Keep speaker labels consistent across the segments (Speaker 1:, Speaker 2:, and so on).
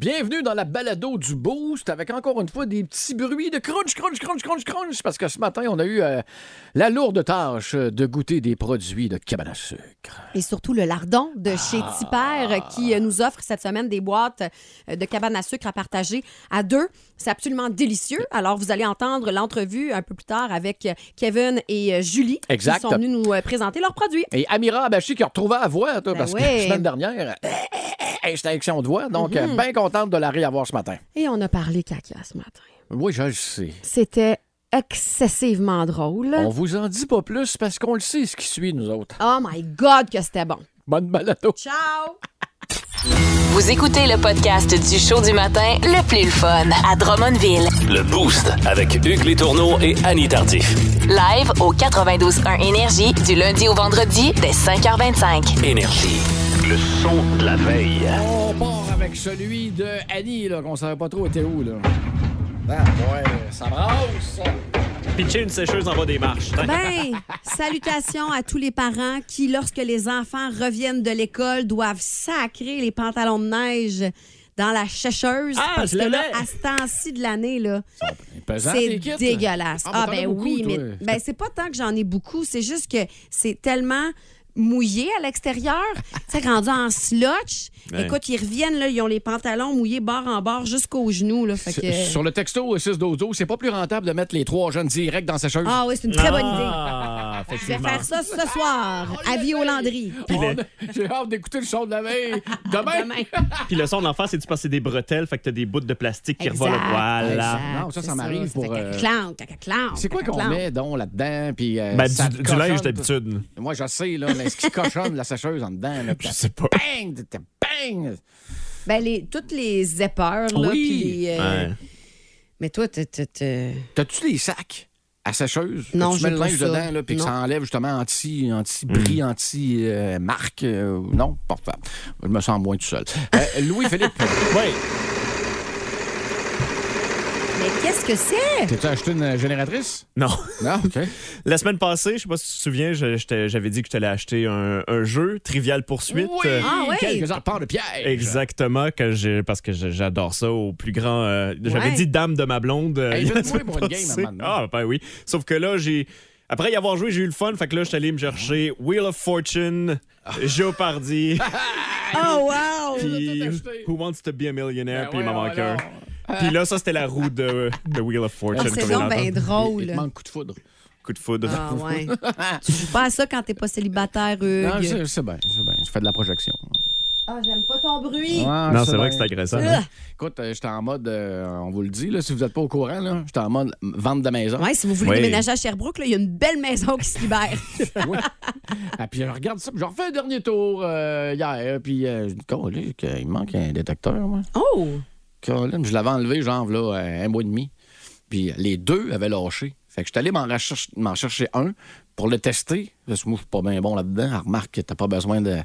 Speaker 1: Bienvenue dans la balado du Boost avec encore une fois des petits bruits de crunch, crunch, crunch, crunch, crunch, parce que ce matin, on a eu euh, la lourde tâche de goûter des produits de cabane à sucre.
Speaker 2: Et surtout le lardon de chez Tipper euh, qui euh, nous offre cette semaine des boîtes euh, de cabane à sucre à partager à deux. C'est absolument délicieux. Alors, vous allez entendre l'entrevue un peu plus tard avec euh, Kevin et euh, Julie
Speaker 1: Exact.
Speaker 2: qui sont venus nous euh, présenter leurs produits.
Speaker 1: Et Amira Abachi qui a retrouvé à voix, toi,
Speaker 2: Ben
Speaker 1: parce que
Speaker 2: ouais. Mhm.
Speaker 1: la semaine dernière, euh, j'étais action de voix, donc euh, bien contente de la réavoir ce matin.
Speaker 2: Et on a parlé caca ce matin.
Speaker 1: Oui, je le sais.
Speaker 2: C'était excessivement drôle.
Speaker 1: On vous en dit pas plus parce qu'on le sait ce qui suit, nous autres.
Speaker 2: Ben. Oh my God, que c'était bon.
Speaker 1: Bonne balado.
Speaker 2: Ciao!
Speaker 3: Vous écoutez le podcast du show du matin le plus le fun à Drummondville.
Speaker 4: Le Boost avec Hugues Létourneau et Annie Tardif.
Speaker 3: Live au 92.1 Énergie du lundi au vendredi dès 5h25.
Speaker 4: Énergie. Le son de la veille.
Speaker 1: On part avec celui de Annie, là, qu'on savait pas trop était où, là. Ah, ouais, ça brasse!
Speaker 5: Pitcher une sécheuse en bas des marches. tiens.
Speaker 2: Ben, salutations à tous les parents qui, lorsque les enfants reviennent de l'école, doivent sacrer les pantalons de neige dans la sécheuse.
Speaker 5: Ah,
Speaker 2: parce
Speaker 5: je
Speaker 2: que là,
Speaker 5: l'avais.
Speaker 2: à ce temps-ci de l'année, là,
Speaker 1: C'est pesant,
Speaker 2: c'est
Speaker 1: tes kits, là.
Speaker 2: dégueulasse.
Speaker 1: Ah,
Speaker 2: Ah,
Speaker 1: mais t'en as
Speaker 2: ben
Speaker 1: beaucoup,
Speaker 2: oui,
Speaker 1: toi.
Speaker 2: mais ben, c'est pas tant que j'en ai beaucoup, c'est juste que c'est tellement mouillé à l'extérieur, c'est rendu en slotch.
Speaker 5: Ouais.
Speaker 2: Écoute, ils reviennent là, ils ont les pantalons mouillés bord en bord jusqu'aux genoux là, fait
Speaker 1: Sur-
Speaker 2: que-
Speaker 1: Sur le texto 6 dozo, c'est pas plus rentable de mettre les trois jeunes directs dans sa chaise.
Speaker 2: Ah oui, c'est une très bonne idée.
Speaker 5: Ah,
Speaker 2: Je vais
Speaker 5: effectivement.
Speaker 2: faire ça ce soir, avis au Landry.
Speaker 1: On- Oh, J'ai hâte d'écouter le son de la veille. Demain.
Speaker 2: Demain.
Speaker 5: Puis le son d'en face, c'est tu passes des bretelles, fait que t'as des bouts de plastique qui
Speaker 2: Exact,
Speaker 5: revolent. Voilà.
Speaker 2: exact,
Speaker 1: Non, ça,
Speaker 2: c'est
Speaker 1: ça m'arrive
Speaker 2: Ça fait
Speaker 1: pour, euh,
Speaker 2: caca-clan, caca-clan,
Speaker 1: C'est quoi qu'on
Speaker 2: caca-clan.
Speaker 1: met donc là-dedans puis euh,
Speaker 5: Ben,
Speaker 1: ça
Speaker 5: du, du
Speaker 1: cochonne.
Speaker 5: linge d'habitude.
Speaker 1: Moi je sais là, mais ce qui cochonne la sécheuse en dedans là,
Speaker 5: Je sais pas.
Speaker 1: Bang, t'es- t'es bang.
Speaker 2: Ben, les, toutes les zippers, là,
Speaker 1: Oui.
Speaker 2: puis les, euh,
Speaker 5: Ouais.
Speaker 2: Mais toi, t'es- t'es- t'es-
Speaker 1: T'as-tu des sacs à sécheuse que
Speaker 2: Non,
Speaker 1: tu mets
Speaker 2: j'ai
Speaker 1: le
Speaker 2: pas
Speaker 1: linge
Speaker 2: ça.
Speaker 1: dedans là, puis que
Speaker 2: Non.
Speaker 1: ça enlève justement anti
Speaker 5: Hmm.
Speaker 1: anti prix anti euh, marque euh, non, parfait. Je me sens moins tout seul. Euh, Louis Philippe,
Speaker 5: Oui.
Speaker 2: Mais qu'est-ce que c'est?
Speaker 1: t'as-tu acheté une euh, génératrice
Speaker 5: Non.
Speaker 1: Non, OK.
Speaker 5: La semaine passée, je sais pas si tu te souviens, je- je t'ai- j'avais dit que je t'allais acheter un, un jeu, Trivial Poursuite. Euh,
Speaker 2: Ah oui.
Speaker 1: quelques arpents de pierre.
Speaker 5: Exactement, que j'ai, parce que j'ai- j'adore ça au plus grand. euh, J'avais
Speaker 2: Ouais.
Speaker 5: dit dame de ma blonde. euh,
Speaker 1: Hey,
Speaker 5: la
Speaker 1: invite-moi
Speaker 5: semaine
Speaker 1: pour une game,
Speaker 5: passée.
Speaker 1: à un moment
Speaker 5: Ah,
Speaker 1: donné.
Speaker 5: ben oui. Sauf que là, j'ai. Après y avoir joué, j'ai eu le fun. Fait que là, je suis allé me chercher Wheel of Fortune,
Speaker 1: Ah.
Speaker 5: Jeopardy,
Speaker 6: Ah,
Speaker 2: Oh, wow!
Speaker 5: puis
Speaker 1: tout acheté.
Speaker 5: Who Wants to be a Millionaire,
Speaker 1: Ben
Speaker 5: puis il m'en
Speaker 1: voyons Euh.
Speaker 5: manque un. Puis là, ça, c'était la roue de, de Wheel of Fortune.
Speaker 2: Ah,
Speaker 5: comme
Speaker 2: c'est
Speaker 5: on
Speaker 2: donc bien
Speaker 5: l'entend.
Speaker 1: Il te
Speaker 2: drôle.
Speaker 1: manque coup de foudre.
Speaker 5: Coup de foudre.
Speaker 2: Ah, ouais. tu joues pas à ça quand t'es pas célibataire,
Speaker 1: Non,
Speaker 2: Hugues.
Speaker 1: Ah, c'est c'est bien, c'est bien. Je fais de la projection.
Speaker 2: Ah, j'aime pas ton bruit.
Speaker 1: Ouais,
Speaker 5: Non, c'est
Speaker 1: bien.
Speaker 5: vrai que c'est agressant.
Speaker 2: Ah.
Speaker 5: hein.
Speaker 1: Écoute, euh, j'étais en mode, euh, on vous le dit, là, si vous n'êtes pas au courant, là, j'étais en mode euh, vente de maison.
Speaker 2: Ouais, si vous voulez
Speaker 5: Oui.
Speaker 2: déménager à Sherbrooke, là, il y a une belle maison qui se libère.
Speaker 1: Oui. Ah, puis je regarde ça, puis je refais un dernier tour euh, hier, puis euh, je dis, Colin, il me manque un détecteur, moi.
Speaker 2: Oh!
Speaker 1: Colin, je l'avais enlevé, genre, là, un mois et demi. Puis les deux avaient lâché. Fait que je suis allé m'en recherche- m'en chercher un pour le tester. Parce que moi, je suis pas bien bon là-dedans. Alors, Remarque que t'as pas besoin de-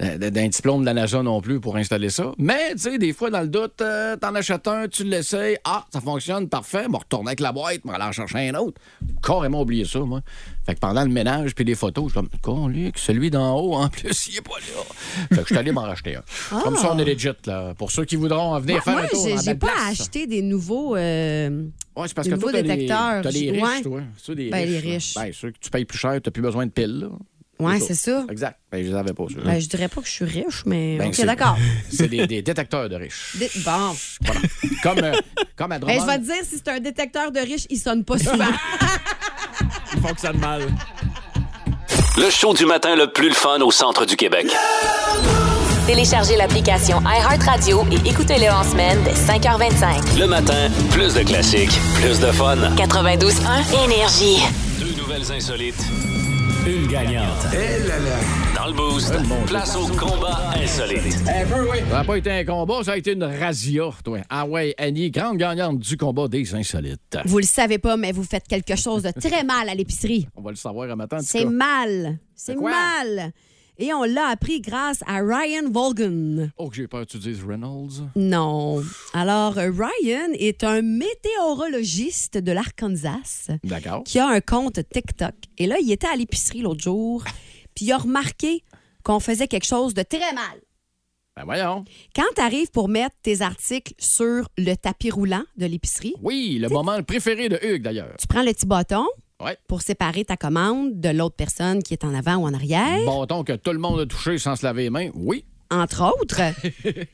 Speaker 1: de- d'un diplôme de la NASA non plus pour installer ça. Mais, tu sais, des fois, dans le doute, euh, t'en achètes un, tu l'essayes. Ah, ça fonctionne, parfait. M'en retourner avec la boîte, m'en aller en chercher un autre. Carrément oublié ça, moi. Fait que pendant le ménage puis les photos, je suis comme, con, Luc, celui d'en haut, en plus, il est pas là. Fait que je suis allé m'en racheter un. Comme ça, on est legit, là. Pour ceux qui voudront venir faire
Speaker 2: Moi,
Speaker 1: un tour.
Speaker 2: j'ai-
Speaker 1: en
Speaker 2: j'ai
Speaker 1: belle
Speaker 2: pas
Speaker 1: place.
Speaker 2: acheté des nouveaux. euh,
Speaker 1: Ouais, c'est parce
Speaker 2: Au
Speaker 1: que
Speaker 2: niveau
Speaker 1: toi, t'as les,
Speaker 2: détecteur,
Speaker 1: t'as les
Speaker 2: j-
Speaker 1: riches,
Speaker 2: ouais.
Speaker 1: toi. Ceux des
Speaker 2: Ben,
Speaker 1: là.
Speaker 2: les riches.
Speaker 1: Ben, ceux que tu payes plus cher, t'as plus besoin de piles, là.
Speaker 2: Ouais,
Speaker 1: ça.
Speaker 2: c'est ça.
Speaker 1: Exact. Ben, je les avais pas, ceux
Speaker 2: Ben, je dirais pas que je suis riche, mais.
Speaker 1: Ben,
Speaker 2: ok,
Speaker 1: c'est-
Speaker 2: d'accord.
Speaker 1: C'est des, des détecteurs de riches.
Speaker 2: Dé- Bon.
Speaker 1: Voilà. comme, euh, comme à
Speaker 2: Ben,
Speaker 1: Drummond.
Speaker 2: je vais te dire, si c'est un détecteur de riche, il sonne pas souvent.
Speaker 5: Ils font que ça de mal.
Speaker 4: Le show du matin le plus le fun au centre du Québec.
Speaker 3: Téléchargez l'application iHeartRadio et écoutez-le en semaine dès 5h25.
Speaker 4: Le matin, plus de classiques, plus de fun.
Speaker 3: 92.1 Énergie.
Speaker 4: Deux nouvelles insolites, une gagnante. Dans le Boost, place au combat insolite.
Speaker 1: Ça n'a pas été un combat, ça a été une razzia, toi. Ah ouais, Annie, grande gagnante du combat des insolites.
Speaker 2: vous le savez pas, mais vous faites quelque chose de très mal à l'épicerie.
Speaker 1: On va le savoir un matin, en tout
Speaker 2: C'est
Speaker 1: cas.
Speaker 2: mal. C'est
Speaker 1: quoi?
Speaker 2: mal. Et on l'a appris grâce à Ryan Vaughan.
Speaker 1: Oh, que j'ai peur que tu dises Reynolds.
Speaker 2: Non. Alors, euh, Ryan est un météorologiste de l'Arkansas
Speaker 1: D'accord.
Speaker 2: qui a un compte TikTok. Et là, il était à l'épicerie l'autre jour, puis il a remarqué qu'on faisait quelque chose de très mal.
Speaker 1: Ben voyons.
Speaker 2: Quand tu arrives pour mettre tes articles sur le tapis roulant de l'épicerie,
Speaker 1: Oui, le moment préféré de Hugues, d'ailleurs.
Speaker 2: tu prends le petit bâton
Speaker 1: Ouais.
Speaker 2: pour séparer ta commande de l'autre personne qui est en avant ou en arrière,
Speaker 1: Bâton que tout le monde a touché sans se laver les mains. Oui.
Speaker 2: entre autres.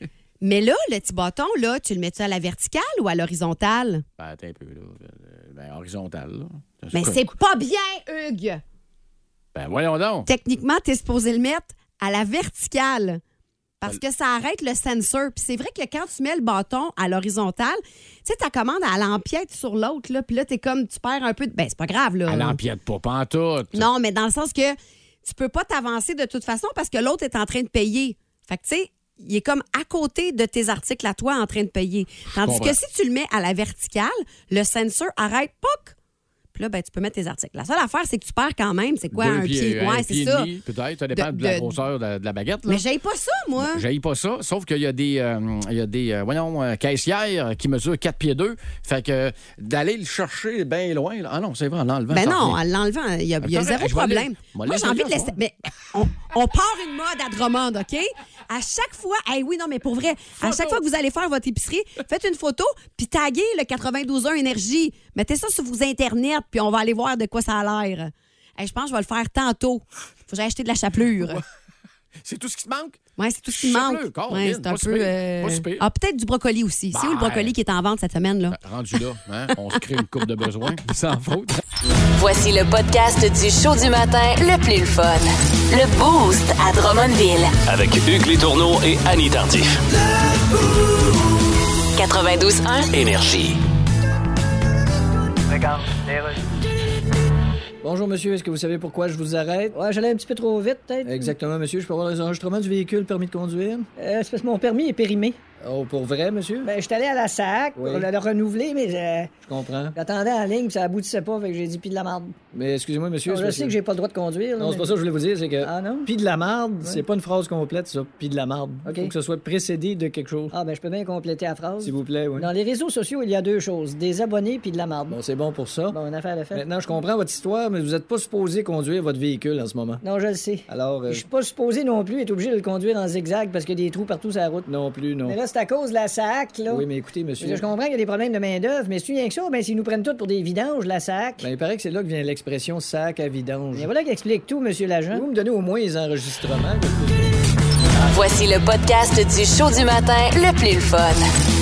Speaker 2: Mais là, le petit bâton, là, tu le mets-tu à la verticale ou à l'horizontale?
Speaker 1: Ben, attends un peu, là. Euh, Ben, horizontal, là.
Speaker 2: Mais c'est pas bien, Hugues!
Speaker 1: Ben, voyons donc.
Speaker 2: Techniquement, tu es supposé le mettre à la verticale. Parce
Speaker 1: Ben,
Speaker 2: que ça arrête le sensor. Puis c'est vrai que quand tu mets le bâton à l'horizontale, tu sais, ta commande, elle empiète sur l'autre, là. Puis là, t'es comme, tu perds un peu de. Ben, c'est pas grave, là.
Speaker 1: Elle empiète pas pantoute.
Speaker 2: Non, mais dans le sens que tu peux pas t'avancer de toute façon parce que l'autre est en train de payer. Fait que, tu sais, il est comme à côté de tes articles à toi en train de payer. Tandis
Speaker 1: comprends.
Speaker 2: que si tu le mets à la verticale, le sensor arrête, poc! Puis là, ben, tu peux mettre tes articles. La seule affaire, c'est que tu perds quand même. C'est quoi,
Speaker 1: Deux
Speaker 2: un
Speaker 1: pieds-
Speaker 2: pied?
Speaker 1: un
Speaker 2: Ouais,
Speaker 1: pied
Speaker 2: c'est
Speaker 1: et
Speaker 2: ça.
Speaker 1: demi, Peut-être, ça dépend de,
Speaker 2: De-
Speaker 1: la
Speaker 2: de-
Speaker 1: grosseur de, de la baguette, là.
Speaker 2: Mais j'aille pas ça, moi.
Speaker 1: J'ai pas ça, sauf qu'il y a des, euh, il y a des euh, voyons, euh, caissières qui mesurent 4 pieds 2. Fait que euh, d'aller le chercher bien loin. là. Ah non, c'est vrai, en l'enlevant.
Speaker 2: Ben
Speaker 1: ça
Speaker 2: non,
Speaker 1: revient.
Speaker 2: en l'enlevant, il y a, il y a
Speaker 1: Attends,
Speaker 2: zéro
Speaker 1: Ben, je vais aller- je
Speaker 2: problème.
Speaker 1: vais
Speaker 2: Moi,
Speaker 1: aller
Speaker 2: j'ai envie de
Speaker 1: chercher,
Speaker 2: laisser. Mais on, on part une mode à Drummond, OK? À chaque fois, hey, oui, non, mais pour vrai, à chaque fois que vous allez faire votre épicerie, faites une photo, puis taguez le 92.1 Énergie. Mettez ça sur vos Internet, puis on va aller voir de quoi ça a l'air. Hey, je pense que je vais le faire tantôt. Faut que j'aille acheter de la chapelure.
Speaker 1: C'est tout ce qui te manque?
Speaker 2: Ouais, c'est tout ce qui me
Speaker 1: Chapelure,
Speaker 2: manque.
Speaker 1: Colin,
Speaker 2: Ouais, c'est un
Speaker 1: pas si
Speaker 2: peu.
Speaker 1: pire,
Speaker 2: euh,
Speaker 1: pas si pire.
Speaker 2: Ah, peut-être du brocoli aussi. C'est où le
Speaker 1: Ben.
Speaker 2: brocoli qui est en vente cette semaine, là?
Speaker 1: Rendu là, hein, on se crée une courbe de besoin, sans faute.
Speaker 3: Voici le podcast du show du matin le plus le fun. Le Boost à Drummondville.
Speaker 4: Avec Hugues Létourneau et Annie Tardif.
Speaker 3: 92.1.
Speaker 4: Énergie.
Speaker 7: Bonjour monsieur, est-ce que vous savez pourquoi je vous arrête?
Speaker 8: Ouais, j'allais un petit peu trop vite, peut-être.
Speaker 7: Exactement monsieur, je peux avoir les enregistrements du véhicule, permis de conduire?
Speaker 8: Euh, c'est parce que mon permis est périmé.
Speaker 7: Oh, pour vrai monsieur?
Speaker 8: Ben, j'étais allé à la SAC
Speaker 7: Oui.
Speaker 8: pour le, le renouveler, mais euh,
Speaker 7: Je comprends.
Speaker 8: j'attendais en ligne, puis ça aboutissait pas, fait que j'ai dit pis de la merde.
Speaker 7: Mais excusez-moi monsieur,
Speaker 8: je
Speaker 7: c'est
Speaker 8: sais que j'ai pas le droit de conduire. là,
Speaker 7: Non, c'est
Speaker 8: mais-
Speaker 7: pas ça que je voulais vous dire, c'est que...
Speaker 8: Ah non?
Speaker 7: Pis de la marde, c'est pas une phrase complète ça, pis de la marde.
Speaker 8: Ok.
Speaker 7: Faut que ce soit précédé de quelque chose.
Speaker 8: Ah, ben, je peux bien compléter la phrase.
Speaker 7: S'il vous plaît, oui.
Speaker 8: Dans les réseaux sociaux, il y a deux choses des abonnés puis de la merde.
Speaker 7: Bon, c'est bon pour ça.
Speaker 8: Bon, une affaire de fait.
Speaker 7: Maintenant, je comprends votre histoire, mais vous êtes pas supposé conduire votre véhicule en ce moment.
Speaker 8: Non, je le sais.
Speaker 7: Alors, euh,
Speaker 8: Je suis pas supposé non plus être obligé de le conduire en zigzag parce qu'il y a des trous partout sur la route.
Speaker 7: non plus, non.
Speaker 8: Mais là, c'est à cause de la SAC, là.
Speaker 7: Oui, mais écoutez,
Speaker 8: Je veux dire,
Speaker 7: monsieur...
Speaker 8: Je comprends qu'il y a des problèmes de main-d'œuvre, mais si rien que ça, ben, s'ils nous prennent tous pour des vidanges, la SAC.
Speaker 7: Ben, il paraît que c'est là que vient l'expression sac à vidange.
Speaker 8: Mais voilà qui explique tout, monsieur l'agent.
Speaker 7: Vous me donnez au moins les enregistrements. que je peux-
Speaker 3: Voici le podcast du show du matin le plus le fun.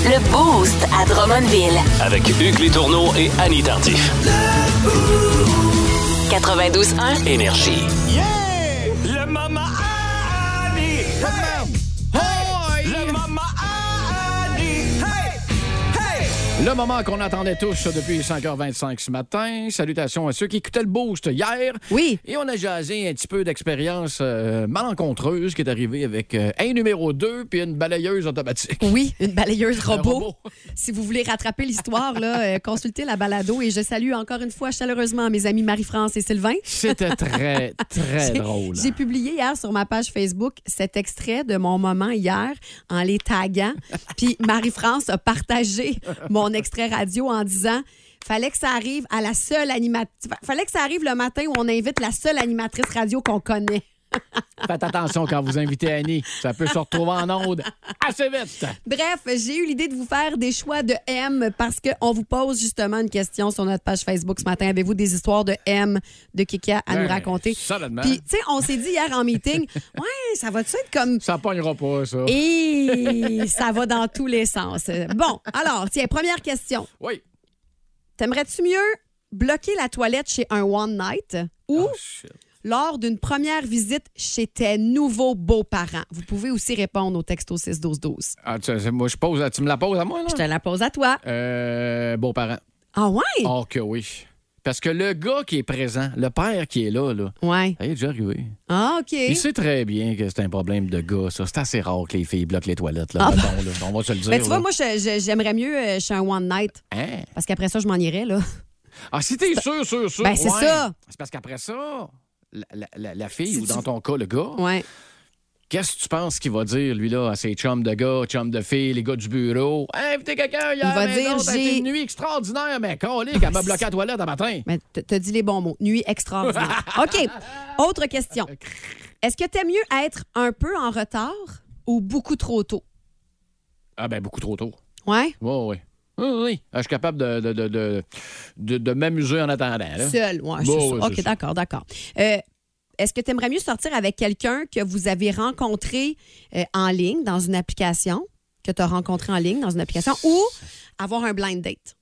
Speaker 3: Le Boost à Drummondville.
Speaker 4: Avec Hugues Létourneau et Annie Tardif.
Speaker 3: 92.1.
Speaker 4: Énergie.
Speaker 5: Le Mama Annie! Le Mama Annie! Hey! Hey!
Speaker 1: Le moment qu'on attendait tous depuis 5h25 ce matin. Salutations à ceux qui écoutaient le boost hier.
Speaker 2: Oui.
Speaker 1: Et on a jasé un petit peu d'expérience euh, malencontreuse qui est arrivée avec euh, un numéro 2 puis une balayeuse automatique.
Speaker 2: Oui, une balayeuse robot.
Speaker 1: robot.
Speaker 2: Si vous voulez rattraper l'histoire, là, euh, consultez la balado. Et je salue encore une fois chaleureusement mes amis Marie-France et Sylvain.
Speaker 1: C'était très, très
Speaker 2: J'ai-
Speaker 1: drôle.
Speaker 2: J'ai publié hier sur ma page Facebook cet extrait de mon moment hier en les taguant. Puis Marie-France a partagé mon extrait radio en disant fallait que ça arrive à la seule animatrice. Fallait que ça arrive le matin où on invite la seule animatrice radio qu'on connaît.
Speaker 1: Faites attention quand vous invitez Annie. Ça peut se retrouver en onde assez vite.
Speaker 2: Bref, j'ai eu l'idée de vous faire des choix de M parce qu'on vous pose justement une question sur notre page Facebook ce matin. Avez-vous des histoires de M de Kika à
Speaker 1: Ben,
Speaker 2: nous raconter?
Speaker 1: solidement.
Speaker 2: Puis, tu sais, on s'est dit hier en meeting, ouais, ça va-tu être comme.
Speaker 1: Ça pognera pas, ça.
Speaker 2: Et ça va dans tous les sens. Bon, alors, tiens, première question.
Speaker 1: Oui.
Speaker 2: T'aimerais-tu mieux bloquer la toilette chez un One Night
Speaker 1: Oh,
Speaker 2: ou lors d'une première visite chez tes nouveaux beaux-parents? Vous pouvez aussi répondre au texto 6-12-12.
Speaker 1: Ah, tu, c'est- moi, je pose, à- tu me la poses à moi, là?
Speaker 2: Je te la pose à toi.
Speaker 1: Euh, beaux-parents.
Speaker 2: Ah ouais?
Speaker 1: Oh que oui. Parce que le gars qui est présent, le père qui est là, là,
Speaker 2: Ouais.
Speaker 1: ça y est déjà arrivé.
Speaker 2: Ah, OK.
Speaker 1: Il sait très bien que c'est un problème de gars, ça. C'est assez rare que les filles bloquent les toilettes, là. mettons, là. On va se le dire.
Speaker 2: Mais Ah, ben, tu vois,
Speaker 1: là.
Speaker 2: moi, je- je- j'aimerais mieux euh, chez un One Night.
Speaker 1: Hein?
Speaker 2: Parce qu'après ça, je m'en irais, là.
Speaker 1: Ah, si t'es sûr, sûr, sûr.
Speaker 2: Ben, c'est
Speaker 1: ouais.
Speaker 2: ça.
Speaker 1: C'est parce qu'après ça, la, la- la- la fille,
Speaker 2: Si
Speaker 1: ou
Speaker 2: tu-
Speaker 1: dans ton cas, le gars,
Speaker 2: Ouais.
Speaker 1: qu'est-ce que tu penses qu'il va dire, lui, là, à ses chums de gars, chums de filles, les gars du bureau? Hey, invitez quelqu'un, hier,
Speaker 2: Il va
Speaker 1: à la maison,
Speaker 2: dire,
Speaker 1: ça a été
Speaker 2: j'ai-
Speaker 1: une nuit extraordinaire, mais colique, elle m'a bloqué la toilette un matin.
Speaker 2: Mais t- t'as dit les bons mots. Nuit extraordinaire. OK. Autre question. Est-ce que t'aimes mieux être un peu en retard ou beaucoup trop tôt?
Speaker 1: Ah, ben, beaucoup trop tôt.
Speaker 2: Ouais.
Speaker 1: Oui, oui. Oui, oui. Ah, Je suis capable de, de, de, de, de- de m'amuser en attendant. là.
Speaker 2: Seul, ouais, c'est
Speaker 1: Bon,
Speaker 2: ça.
Speaker 1: ouais,
Speaker 2: OK,
Speaker 1: c'est ça.
Speaker 2: d'accord, d'accord. Euh, Est-ce que tu aimerais mieux sortir avec quelqu'un que vous avez rencontré euh, en ligne dans une application, que tu as rencontré en ligne dans une application, ou avoir un blind date?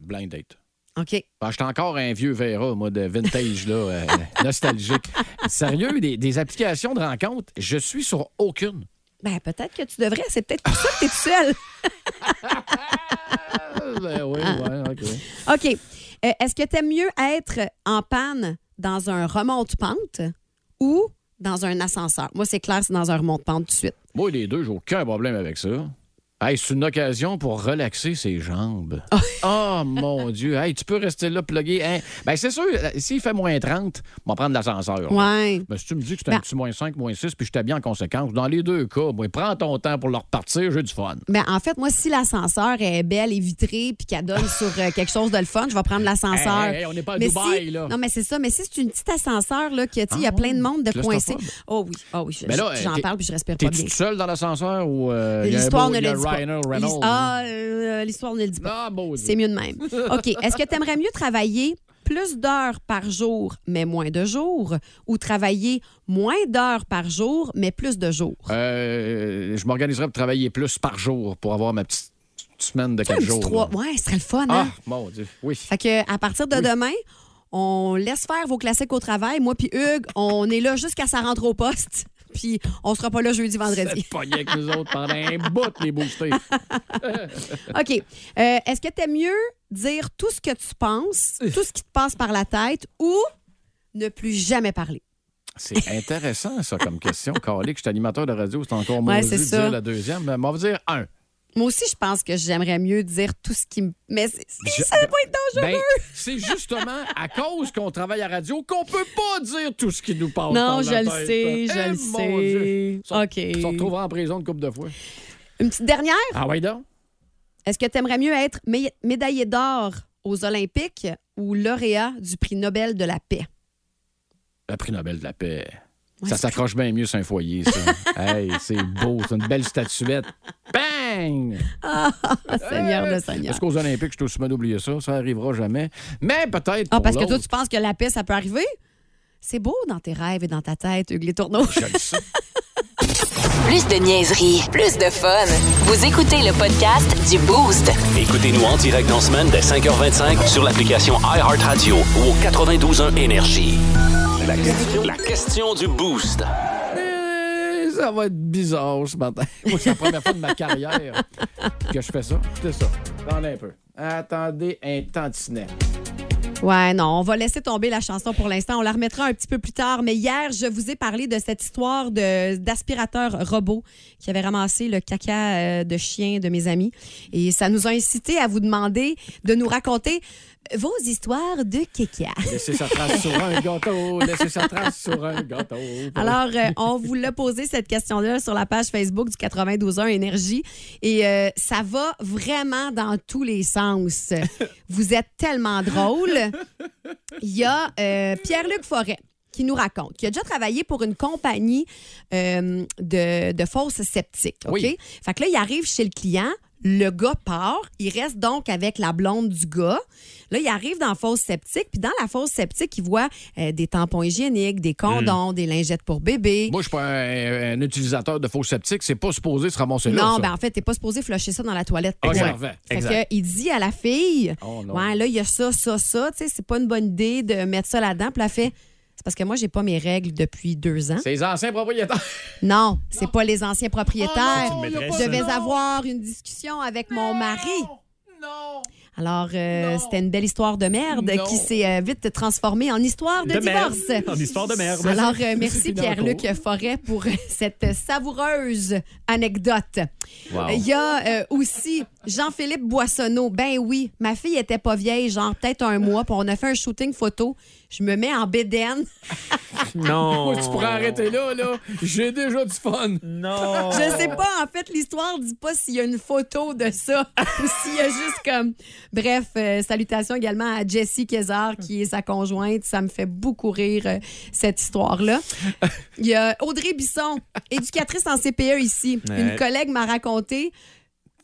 Speaker 1: Blind date.
Speaker 2: OK.
Speaker 1: Ah, J'étais encore un vieux Vera, moi, de vintage, là, euh, nostalgique. Sérieux, des, des applications de rencontre, je suis sur aucune.
Speaker 2: Ben, peut-être que tu devrais. C'est peut-être pour ça que tu es tout seul.
Speaker 1: Ah, ben oui, ouais, OK.
Speaker 2: OK. Euh, Est-ce que tu aimes mieux être en panne dans un remonte-pente ou dans un ascenseur? Moi, c'est clair, c'est dans un remonte-pente tout de suite.
Speaker 1: Moi, les deux, j'ai aucun problème avec ça. Hey, c'est une occasion pour relaxer ses jambes. oh mon Dieu. Hey, tu peux rester là plugué. Hein? Ben c'est sûr, euh, s'il fait moins 30, on va prendre l'ascenseur.
Speaker 2: Ouais.
Speaker 1: Ben, si tu me dis que c'est
Speaker 2: Ben-
Speaker 1: un petit moins 5, moins 6, puis je t'habille en conséquence, dans les deux cas, moi, prends ton temps pour leur repartir, j'ai du fun.
Speaker 2: Mais Ben, en fait, moi, si l'ascenseur est belle et vitrée puis qu'elle donne sur euh, quelque chose de le fun, je vais prendre l'ascenseur.
Speaker 1: Hey, hey, hey, on n'est pas à
Speaker 2: Mais
Speaker 1: Dubaï,
Speaker 2: si-
Speaker 1: là. Ah,
Speaker 2: Non, mais c'est ça. Mais si c'est une petite ascenseur, là, que, tu sais, il y a plein de monde de coincés.
Speaker 1: claustrophobe.
Speaker 2: Oh oui, oh oui. je-
Speaker 1: Mais là, euh,
Speaker 2: J'en
Speaker 1: t'es-
Speaker 2: parle puis je respire pas
Speaker 1: T'es-tu
Speaker 2: bien.
Speaker 1: tout seul dans l'ascenseur ou euh, il y a un
Speaker 2: L'histoire
Speaker 1: beau- il
Speaker 2: ne
Speaker 1: y
Speaker 2: le
Speaker 1: a
Speaker 2: dit pas.
Speaker 1: Ryan
Speaker 2: L'his-
Speaker 1: Reynolds?
Speaker 2: Ah, euh, l'histoire ne le dit pas.
Speaker 1: Ah, mon Dieu.
Speaker 2: C'est mieux de même. OK. Est-ce que tu aimerais mieux travailler plus d'heures par jour, mais moins de jours, ou travailler moins d'heures par jour, mais plus de jours?
Speaker 1: Euh, je m'organiserais pour travailler plus par jour pour avoir ma petite petite semaine de
Speaker 2: Un
Speaker 1: quatre
Speaker 2: petit
Speaker 1: jours.
Speaker 2: trois.
Speaker 1: là.
Speaker 2: Ouais, ce serait le fun, hein?
Speaker 1: Ah, mon Dieu. Oui.
Speaker 2: Fait que à partir de demain, on laisse faire vos classiques au travail. Moi puis Hugues, on est là jusqu'à ça rentre au poste. Puis on sera pas là jeudi, vendredi.
Speaker 1: pogné avec nous autres pendant un bout, les boostés.
Speaker 2: OK. Euh, Est-ce que t'aimes mieux dire tout ce que tu penses, tout ce qui te passe par la tête ou ne plus jamais parler?
Speaker 1: C'est intéressant, ça, comme question. Calé, que je suis animateur de radio, c'est encore
Speaker 2: Ouais,
Speaker 1: moins
Speaker 2: c'est
Speaker 1: de
Speaker 2: ça.
Speaker 1: dire la deuxième, mais on va dire un.
Speaker 2: Moi aussi, je pense que j'aimerais mieux dire tout ce qui me. Mais c'est- c'est-
Speaker 1: Je-
Speaker 2: ça va pas être dangereux!
Speaker 1: Ben, c'est justement à cause qu'on travaille à radio qu'on peut pas dire tout ce qui nous passe.
Speaker 2: non,
Speaker 1: par
Speaker 2: je
Speaker 1: la
Speaker 2: le
Speaker 1: tête.
Speaker 2: sais, je
Speaker 1: Eh,
Speaker 2: le
Speaker 1: mon Dieu.
Speaker 2: sais.
Speaker 1: Ça-
Speaker 2: OK.
Speaker 1: Se retrouve en prison une couple de fois.
Speaker 2: Une petite dernière?
Speaker 1: Ah ouais donc?
Speaker 2: Est-ce que tu aimerais mieux être mé- médaillé d'or aux Olympiques ou lauréat du prix Nobel de la paix?
Speaker 1: Le prix Nobel de la paix.
Speaker 2: Ouais,
Speaker 1: ça
Speaker 2: c'est-
Speaker 1: s'accroche bien mieux sur un foyer, ça. hey, c'est beau, c'est une belle statuette. Bang!
Speaker 2: Ah, Seigneur de Seigneur.
Speaker 1: Est-ce qu'aux Olympiques, je suis aussi mal d'oublier ça? Ça arrivera jamais. Mais peut-être.
Speaker 2: Ah,
Speaker 1: pour
Speaker 2: parce que toi,
Speaker 1: l'autre.
Speaker 2: tu penses que la paix, ça peut arriver? C'est beau dans tes rêves et dans ta tête, Hugues Les Tourneaux.
Speaker 1: Je le sais.
Speaker 3: Plus de niaiserie, plus de fun. Vous écoutez le podcast du Boost.
Speaker 4: Écoutez-nous en direct dans la semaine dès 5h25 sur l'application iHeartRadio ou au 92.1 Énergie. La question, la question du boost.
Speaker 1: Eh, Ça va être bizarre ce matin. Moi, c'est la première fois de ma carrière que je fais ça. C'est ça. Attendez un peu. Attendez un tantinet.
Speaker 2: Ouais, non, on va laisser tomber la chanson pour l'instant. On la remettra un petit peu plus tard. Mais hier, je vous ai parlé de cette histoire de- d'aspirateur robot qui avait ramassé le caca euh, de chien de mes amis. Et ça nous a incité à vous demander de nous raconter vos histoires de caca.
Speaker 1: Laissez sa trace sur un gâteau. Laissez sa trace sur un gâteau.
Speaker 2: Alors, euh, on vous l'a posé cette question-là sur la page Facebook du 92.1 Énergie et euh, ça va vraiment dans tous les sens. Vous êtes tellement drôle. Il y a euh, Pierre-Luc Forêt qui nous raconte qu'il a déjà travaillé pour une compagnie euh, de, de fausses sceptiques. OK?
Speaker 1: Oui.
Speaker 2: Fait que là, il arrive chez le client. Le gars part, il reste donc avec la blonde du gars. Là, il arrive dans la fosse sceptique, puis dans la fosse sceptique, il voit euh, des tampons hygiéniques, des condoms, des lingettes pour bébé.
Speaker 1: Moi, je suis pas un, un utilisateur de faux sceptiques. C'est pas supposé se ramasser là.
Speaker 2: non,
Speaker 1: ça.
Speaker 2: ben en fait, t'es pas supposé flusher ça dans la toilette.
Speaker 1: Ah,
Speaker 2: Ouais.
Speaker 1: j'en vais.
Speaker 2: Fait
Speaker 5: Exact.
Speaker 2: que, il dit à la fille,
Speaker 1: Oh, non.
Speaker 2: ouais, là, il y a ça, ça, ça, tu sais, c'est pas une bonne idée de mettre ça là-dedans. Puis elle fait, c'est parce que moi, j'ai pas mes règles depuis deux ans.
Speaker 1: C'est les anciens propriétaires.
Speaker 2: Non, c'est pas les anciens
Speaker 6: Ah,
Speaker 2: propriétaires.
Speaker 5: Oh, non,
Speaker 2: je
Speaker 5: c'est une maîtresse,
Speaker 2: devais
Speaker 5: non.
Speaker 2: avoir une discussion avec mon mari. Alors, euh, c'était une belle histoire de merde
Speaker 1: Non.
Speaker 2: qui s'est euh, vite transformée en histoire de,
Speaker 5: De merde.
Speaker 2: divorce.
Speaker 5: En histoire de merde.
Speaker 2: Alors, euh, merci
Speaker 1: fini en
Speaker 2: Pierre-Luc Forêt pour euh, cette savoureuse anecdote.
Speaker 1: Wow.
Speaker 2: Euh, Il y a euh, aussi Jean-Philippe Boissonneau. Ben oui, ma fille était pas vieille, genre peut-être un mois, puis on a fait un shooting photo. Je me mets en bédaine.
Speaker 5: Non.
Speaker 1: Moi, tu pourrais arrêter là, là. J'ai déjà du fun.
Speaker 5: Non.
Speaker 2: Je sais pas, en fait, l'histoire dit pas s'il y a une photo de ça ou s'il y a juste comme Bref, euh, salutations également à Jessie Kézard, qui est sa conjointe. Ça me fait beaucoup rire, euh, cette histoire-là. Il y a Audrey Bisson, éducatrice en CPE ici. Une
Speaker 5: Ouais.
Speaker 2: collègue m'a raconté.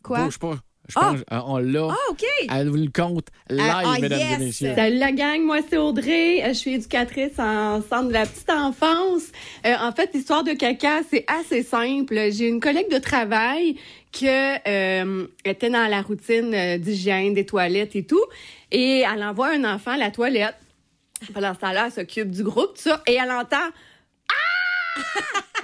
Speaker 2: Quoi?
Speaker 1: Bouge pas. Je pense euh, on l'a.
Speaker 2: Ah, OK!
Speaker 1: Elle vous le compte live,
Speaker 2: Ah, ah,
Speaker 1: mesdames
Speaker 2: yes.
Speaker 1: et messieurs.
Speaker 9: Salut la gang, moi c'est Audrey, Euh, je suis éducatrice en centre de la petite enfance. Euh, en fait, l'histoire de caca, c'est assez simple. J'ai une collègue de travail qui euh, était dans la routine euh, d'hygiène, des toilettes et tout, et elle envoie un enfant à la toilette. Pendant ce temps-là, elle s'occupe du groupe, tout ça, et elle entend Ah!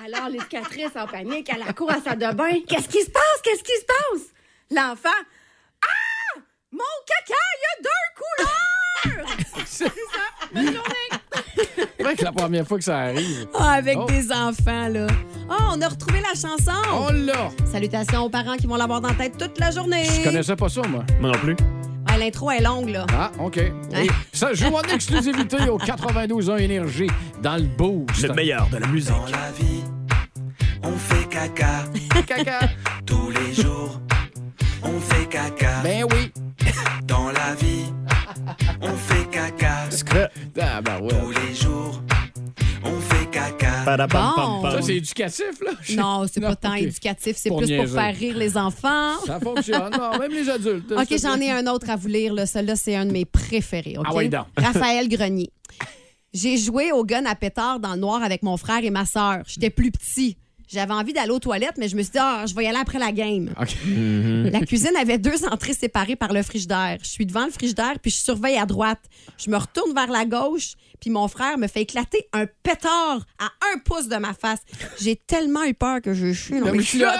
Speaker 9: Alors l'éducatrice en panique, elle accourt à sa de bain. Qu'est-ce qui se passe? Qu'est-ce qui se passe? L'enfant Ah! Mon caca, il y a deux couleurs!
Speaker 1: C'est vrai que la première fois que ça arrive.
Speaker 2: Ah, avec
Speaker 1: Oh.
Speaker 2: des enfants, là. Ah, on a retrouvé la chanson.
Speaker 1: On l'a.
Speaker 2: Salutations aux parents qui vont l'avoir dans la tête toute la journée.
Speaker 1: Je connaissais pas ça, moi.
Speaker 5: Moi non plus.
Speaker 2: Ah, L'intro est longue, là.
Speaker 1: Ah, OK. Oui. Ça joue en exclusivité au 92 1 Énergie dans le boost.
Speaker 5: Le meilleur de la musique.
Speaker 10: Dans la vie, on fait caca.
Speaker 1: Caca.
Speaker 10: Tous les jours, on fait caca.
Speaker 1: Ben oui.
Speaker 10: Dans la vie, on fait caca.
Speaker 1: Ah, ben ouais.
Speaker 10: Tous les jours, on fait caca.
Speaker 5: Padapam-pam-pam.
Speaker 1: Ça, c'est éducatif, là. Je sais-
Speaker 2: Non, c'est pas tant
Speaker 1: ok.
Speaker 2: éducatif, c'est
Speaker 1: Pour
Speaker 2: plus pour
Speaker 1: niaiser.
Speaker 2: faire rire les enfants.
Speaker 1: Ça fonctionne. Non, même les adultes.
Speaker 2: OK, j'en ai un autre à vous lire. là. Celui-là, c'est un de mes préférés. OK?
Speaker 1: Ah ouais, donc.
Speaker 2: Raphaël Grenier. J'ai joué au gun à pétard dans le noir avec mon frère et ma sœur. J'étais plus petit. J'avais envie d'aller aux toilettes, mais je me suis dit, ah, je vais y aller après la game.
Speaker 1: OK.
Speaker 2: La cuisine avait deux entrées séparées par le frigidaire. Je suis devant le frigidaire, puis je surveille à droite. Je me retourne vers la gauche, puis mon frère me fait éclater un pétard à un pouce de ma face. J'ai tellement eu peur que je chue dans mes culottes.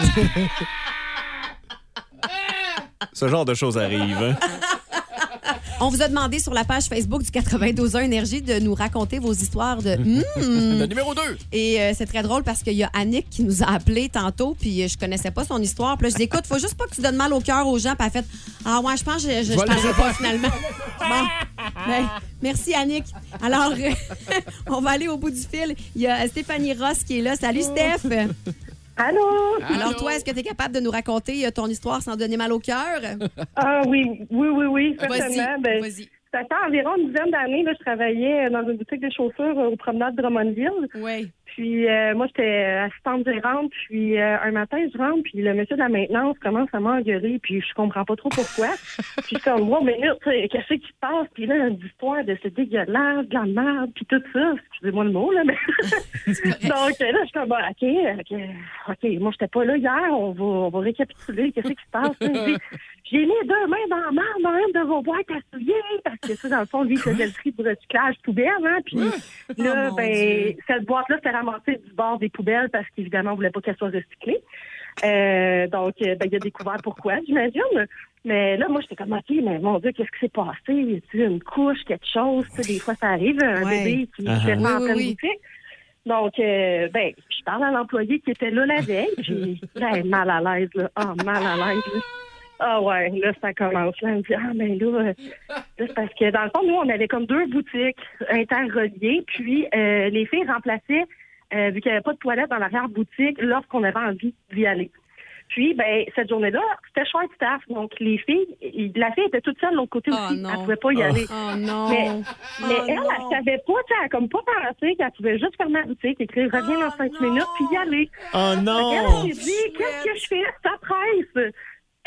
Speaker 5: Ce genre de choses arrive. hein.
Speaker 2: On vous a demandé sur la page Facebook du 92 Énergie de nous raconter vos histoires de... Hmm.
Speaker 1: Le numéro 2.
Speaker 2: Et euh, c'est très drôle parce qu'il y a Annick qui nous a appelé tantôt, puis euh, je connaissais pas son histoire. Puis là, je dis, écoute, faut juste pas que tu donnes mal au cœur aux gens. Puis elle fait, ah ouais, je pense que je, je, je
Speaker 1: vais le
Speaker 2: parlerai
Speaker 1: faire.
Speaker 2: pas finalement. Bon. Ben, merci Annick. Alors, euh, on va aller au bout du fil. Il y a Stéphanie Ross qui est là. Salut Steph.
Speaker 11: Allô?
Speaker 2: Alors toi, est-ce que tu es capable de nous raconter euh, ton histoire sans donner mal au cœur?
Speaker 11: Ah oui, oui, oui, oui, certainement.
Speaker 2: Ah, Vas-y,
Speaker 11: Ben,
Speaker 2: vas-y.
Speaker 11: ça fait environ une dizaine d'années, là, je travaillais euh, dans une boutique de chaussures euh, aux promenades Drummondville.
Speaker 2: Oui.
Speaker 11: Puis euh, moi, j'étais euh, assistante gérante. Puis euh, un matin, je rentre, puis le monsieur de la maintenance commence à m'engueuler, puis je comprends pas trop pourquoi. puis je suis comme, wow, minute, tu sais, qu'est-ce qui se passe? Puis là, une histoire de c'est dégueulasse, de la merde, puis tout ça. Excusez-moi le mot, là, mais... Donc euh, là, je suis comme, bon, OK, OK, OK, moi, j'étais pas là hier, on va, on va récapituler, qu'est-ce qui se passe? Tu sais, j'ai- J'ai les deux mains dans la marde dans une de vos boîtes à souliers, parce que ça, dans le fond, lui, il faisait le tri du recyclage poubelle, hein, puis... Là,
Speaker 2: Oh, mon
Speaker 11: ben,
Speaker 2: Dieu.
Speaker 11: cette boîte-là s'est ramassée du bord des poubelles parce qu'évidemment, on voulait pas qu'elle soit recyclée. Euh, donc, euh, ben, il a découvert pourquoi, j'imagine. Mais là, moi, j'étais comme, OK, mais mon Dieu, qu'est-ce qui s'est passé? Y a-t-il une couche, quelque chose? Tu sais, des fois, ça arrive, un
Speaker 2: Ouais.
Speaker 11: bébé qui
Speaker 5: Uh-huh.
Speaker 11: se fait
Speaker 2: Oui,
Speaker 11: en
Speaker 2: oui,
Speaker 11: pleine
Speaker 2: oui.
Speaker 11: boutique. Donc, euh, ben, je parle à l'employé qui était là la veille, puis, ben, mal à l'aise, là. Ah, mal à l'aise, là. Ah ouais, là, ça commence. Là, on me dit, ah, ben là, euh, là, c'est parce que dans le fond, nous, on avait comme deux boutiques interreliées, puis euh, les filles remplaçaient, euh, vu qu'il n'y avait pas de toilette dans l'arrière-boutique, lorsqu'on avait envie d'y aller. Puis, ben, cette journée-là, c'était short staff. Donc, les filles, il- la fille était toute seule de l'autre côté
Speaker 2: Ah,
Speaker 11: aussi.
Speaker 2: non.
Speaker 11: Elle ne pouvait pas y aller.
Speaker 2: Oh non.
Speaker 11: Mais-
Speaker 2: Oh,
Speaker 11: Mais elle, elle
Speaker 2: non.
Speaker 11: savait pas, tu sais, elle a comme pas pensé qu'elle pouvait juste fermer la boutique, écrire reviens dans cinq
Speaker 2: non.
Speaker 11: minutes, puis y aller.
Speaker 5: Oh
Speaker 11: Elle
Speaker 5: non!
Speaker 11: s'est dit, qu'est-ce que je fais? Ça presse.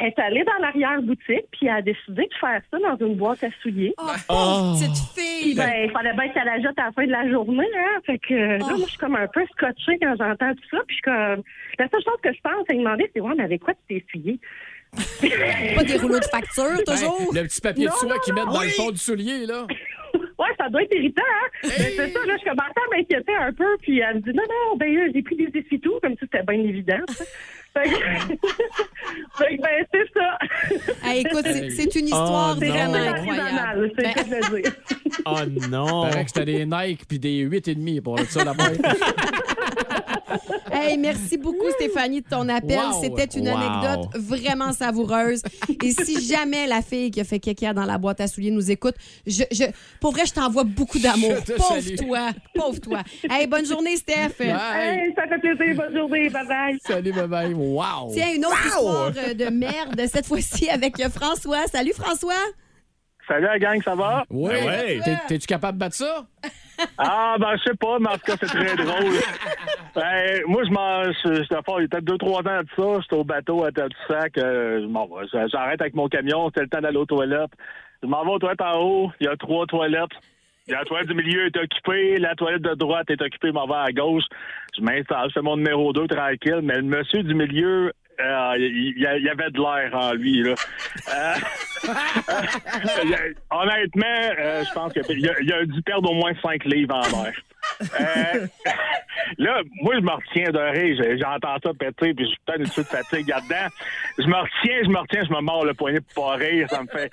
Speaker 11: Elle est allée dans l'arrière-boutique, puis elle a décidé de faire ça dans une boîte à souliers.
Speaker 2: Oh, pauvre
Speaker 5: Oh.
Speaker 2: petite
Speaker 11: Puis
Speaker 2: fille.
Speaker 11: ben, il fallait bien qu'elle la jette à la fin de la journée, hein. Fait que euh, là,
Speaker 2: Oh.
Speaker 11: moi, je suis comme un peu scotchée quand j'entends tout ça. Puis je suis comme, la seule chose que je pense à lui demander, c'est, ouais, mais avec quoi tu t'es essuyé?
Speaker 2: Pas des rouleaux de facture, toujours.
Speaker 1: Ben, le petit papier de
Speaker 11: Non,
Speaker 1: soie
Speaker 11: non,
Speaker 1: qu'ils
Speaker 11: non.
Speaker 1: mettent dans le
Speaker 11: Oui.
Speaker 1: fond du soulier, là.
Speaker 11: Ouais, ça doit être irritant, hein? Mais c'est ça, là, je commençais à m'inquiéter un peu, puis elle me dit, non, non, ben, euh, j'ai pris des essuie-tout, comme si c'était bien évident. tu sais. Fait que, Fait que, ben, c'est ça.
Speaker 2: Hey, écoute, c'est c'est une histoire
Speaker 5: Oh, non.
Speaker 2: vraiment
Speaker 11: C'est artisanal,
Speaker 2: incroyable.
Speaker 11: c'est ce que je veux dire.
Speaker 5: Oh non!
Speaker 1: paraît que c'était des Nike puis des 8,5 pour ça là-bas.
Speaker 2: Ben, Hey, merci beaucoup, Stéphanie, de ton appel.
Speaker 1: Wow.
Speaker 2: C'était une
Speaker 1: Wow.
Speaker 2: anecdote vraiment savoureuse. Et si jamais la fille qui a fait caca dans la boîte à souliers nous écoute, je, je, pour vrai, je t'envoie beaucoup d'amour.
Speaker 1: Je te
Speaker 2: Pauvre
Speaker 1: salue.
Speaker 2: toi. Pauvre toi. Hey, bonne journée, Steph.
Speaker 1: Bye.
Speaker 11: Hey, ça fait plaisir. Bonne journée. Bye-bye.
Speaker 1: Salut, bye bye. Wow!
Speaker 2: Tiens, une autre histoire euh, de merde, cette fois-ci avec euh, François. Salut, François.
Speaker 12: Salut la gang, ça va?
Speaker 1: Oui.
Speaker 5: Ben ouais.
Speaker 1: T'es- T'es-tu capable de battre ça?
Speaker 12: Ah, ben, je sais pas, mais en tout cas, c'est très drôle. Ben, moi, je m'en. je- J'étais fort, il y a peut-être deux, trois ans de ça. J'étais au bateau à Tadoussac. euh, je m'en vais. Je- J'arrête avec mon camion. C'était le temps d'aller aux toilettes. Je m'en vais aux toilettes en haut. Il y a trois toilettes. La toilette du milieu est occupée. La toilette de droite est occupée. Je m'en vais à gauche. Je m'installe. Je fais mon numéro 2 tranquille. Mais le monsieur du milieu, euh, il il y, a- il y avait de l'air en lui, là. Euh, il y a- honnêtement, euh, je pense qu'il y a, il y a dû perdre au moins 5 livres en l'air. Euh, là, moi, je me retiens de rire. J'ai- J'entends ça péter, puis je suis peut-être un petit peu de fatigue là-dedans. Je me retiens, je me retiens, je me mords le poignet pour pas rire. Ça me fait.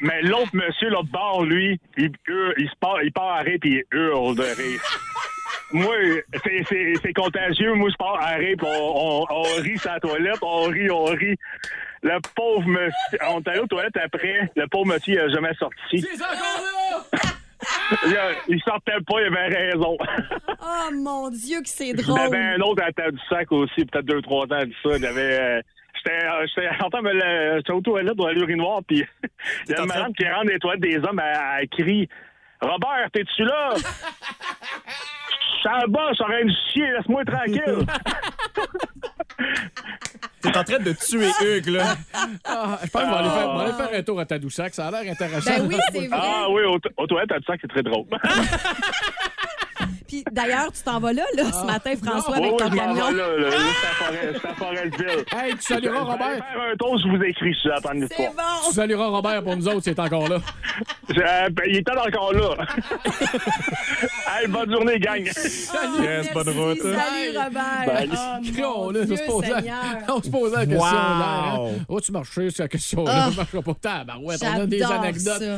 Speaker 12: Mais l'autre monsieur, l'autre bord, lui, il, hurle, il, se part, il part à rire, puis il hurle de rire. Moi, c'est- c'est c'est contagieux. Moi, je pars à rire, puis on, on- on rit sur la toilette, on rit, on rit. Le pauvre monsieur, on est allé aux toilettes après, le pauvre monsieur, il a jamais sorti. Il, a- il sortait pas, il avait raison.
Speaker 2: Oh mon Dieu, que c'est
Speaker 12: Il y
Speaker 2: drôle.
Speaker 12: en avait un autre à la du sac aussi, peut-être deux, trois ans de ça. Il avait, euh, J'étais euh, j'étais en train de me le- j'étais aux toilettes dans l'urinoir, puis il y a une madame qui rentre des toilettes des hommes, elle, elle crie Robert, t'es-tu là? Ça va, ça rien de chier, laisse-moi tranquille.
Speaker 5: T'es en train de tuer Hugues, là.
Speaker 1: Ah, je pense qu'on va aller faire- on va aller faire un tour à Tadoussac. Ça a l'air intéressant.
Speaker 2: Ben oui, c'est vrai.
Speaker 12: Ah oui, aux, aux toilettes à du sac, c'est très drôle.
Speaker 2: Puis d'ailleurs, tu t'en vas là, là,
Speaker 1: Ah.
Speaker 2: ce matin, François,
Speaker 12: Oui,
Speaker 2: avec
Speaker 12: oui,
Speaker 2: ton
Speaker 12: je m'en
Speaker 2: camion. Ah!
Speaker 12: vais là, là, là, c'est à Forêt- c'est à Forêt-de-Ville.
Speaker 1: Hey, tu salueras
Speaker 12: Allez
Speaker 1: Robert.
Speaker 12: faire un tour, je vous écris si j'attends une
Speaker 2: C'est
Speaker 12: histoire.
Speaker 1: Tu
Speaker 2: bon.
Speaker 1: salueras Robert pour nous autres, c'est encore là.
Speaker 12: Je- euh, ben, il est temps encore là. Allez, bonne journée, gang.
Speaker 5: Yes, bonne route.
Speaker 2: Ah, Salut, Robert.
Speaker 12: Bye.
Speaker 2: Oh, mon
Speaker 1: Crons, Ah, là,
Speaker 2: Dieu,
Speaker 1: on se posait,
Speaker 2: Seigneur.
Speaker 1: on se posait la question
Speaker 5: Wow.
Speaker 1: hier. hein. Oh, tu marchais, c'est la question. Là, ne marchera pas tant. ouais, on a des
Speaker 2: Ah. J'adore
Speaker 1: anecdotes.
Speaker 2: ça.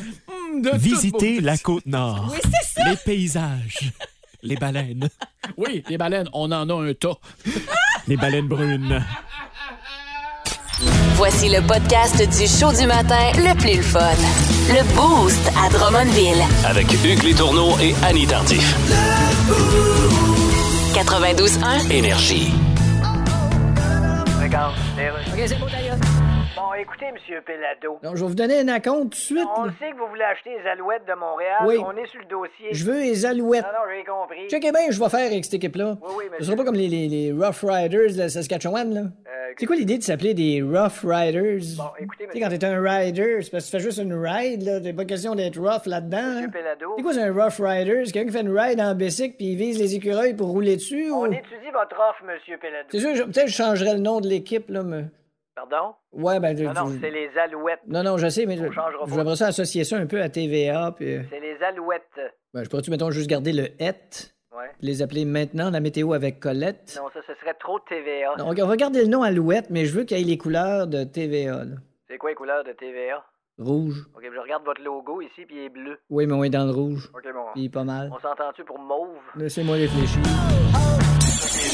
Speaker 1: hum, de toute beauté.
Speaker 5: côte nord.
Speaker 2: Oui, c'est ça.
Speaker 5: Les paysages. Les baleines.
Speaker 1: Oui, les baleines, on en a un tas.
Speaker 5: Les baleines brunes.
Speaker 3: Voici le podcast du show du matin le plus le fun. Le Boost à Drummondville.
Speaker 4: Avec Hugues Létourneau et Annie Tardif.
Speaker 3: 92.1.
Speaker 4: Énergie.
Speaker 8: OK, c'est beau, ta gueule.
Speaker 13: Bon, écoutez, Monsieur Pelado,
Speaker 8: Donc, je vais vous donner un acompte tout de suite.
Speaker 13: on le
Speaker 8: là.
Speaker 13: sait que vous voulez acheter les Alouettes de Montréal.
Speaker 8: Oui.
Speaker 13: On est sur le dossier.
Speaker 8: Je veux les alouettes.
Speaker 13: Non, non, j'ai compris.
Speaker 8: Checkez bien, je vais faire avec cette équipe-là.
Speaker 13: Oui, oui,
Speaker 8: Ce
Speaker 13: monsieur.
Speaker 8: sera pas comme les, les- les Rough Riders de Saskatchewan, là.
Speaker 13: Euh,
Speaker 8: C'est quoi l'idée de s'appeler des Rough Riders?
Speaker 13: Bon, écoutez,
Speaker 8: Tu sais, quand t'es un rider, c'est parce que tu fais juste une ride, là. T'as pas question d'être rough là-dedans.
Speaker 13: Monsieur
Speaker 8: là.
Speaker 13: Pelado,
Speaker 8: C'est quoi, c'est un Rough Rider? C'est quelqu'un qui fait une ride en bicycle puis il vise les écureuils pour rouler dessus?
Speaker 13: on
Speaker 8: ou-
Speaker 13: étudie votre offre, Monsieur Pelado.
Speaker 8: C'est sûr, je- peut-être que je changerais le nom de l'équipe, là, mais...
Speaker 13: Pardon?
Speaker 8: Ouais, ben...
Speaker 13: Non, non, c'est les Alouettes.
Speaker 8: Non, non, je sais, mais je-
Speaker 13: changera pas.
Speaker 8: j'aimerais ça associer ça un peu à TVA, puis... euh,
Speaker 13: C'est les Alouettes.
Speaker 8: Ben, je pourrais-tu, mettons, juste garder le « et
Speaker 13: Ouais. »,
Speaker 8: puis les appeler maintenant la météo avec Colette?
Speaker 13: Non, ça, ce serait trop de TVA.
Speaker 8: Non, on va garder le nom Alouette, mais je veux qu'il y ait les couleurs de TVA, là.
Speaker 13: C'est quoi les couleurs de TVA?
Speaker 8: Rouge.
Speaker 13: Ok, je regarde votre logo ici, puis il est bleu.
Speaker 8: Oui, mais on est dans le rouge,
Speaker 13: Ok, bon.
Speaker 8: puis pas mal.
Speaker 13: On s'entend-tu pour mauve?
Speaker 8: Laissez-moi réfléchir.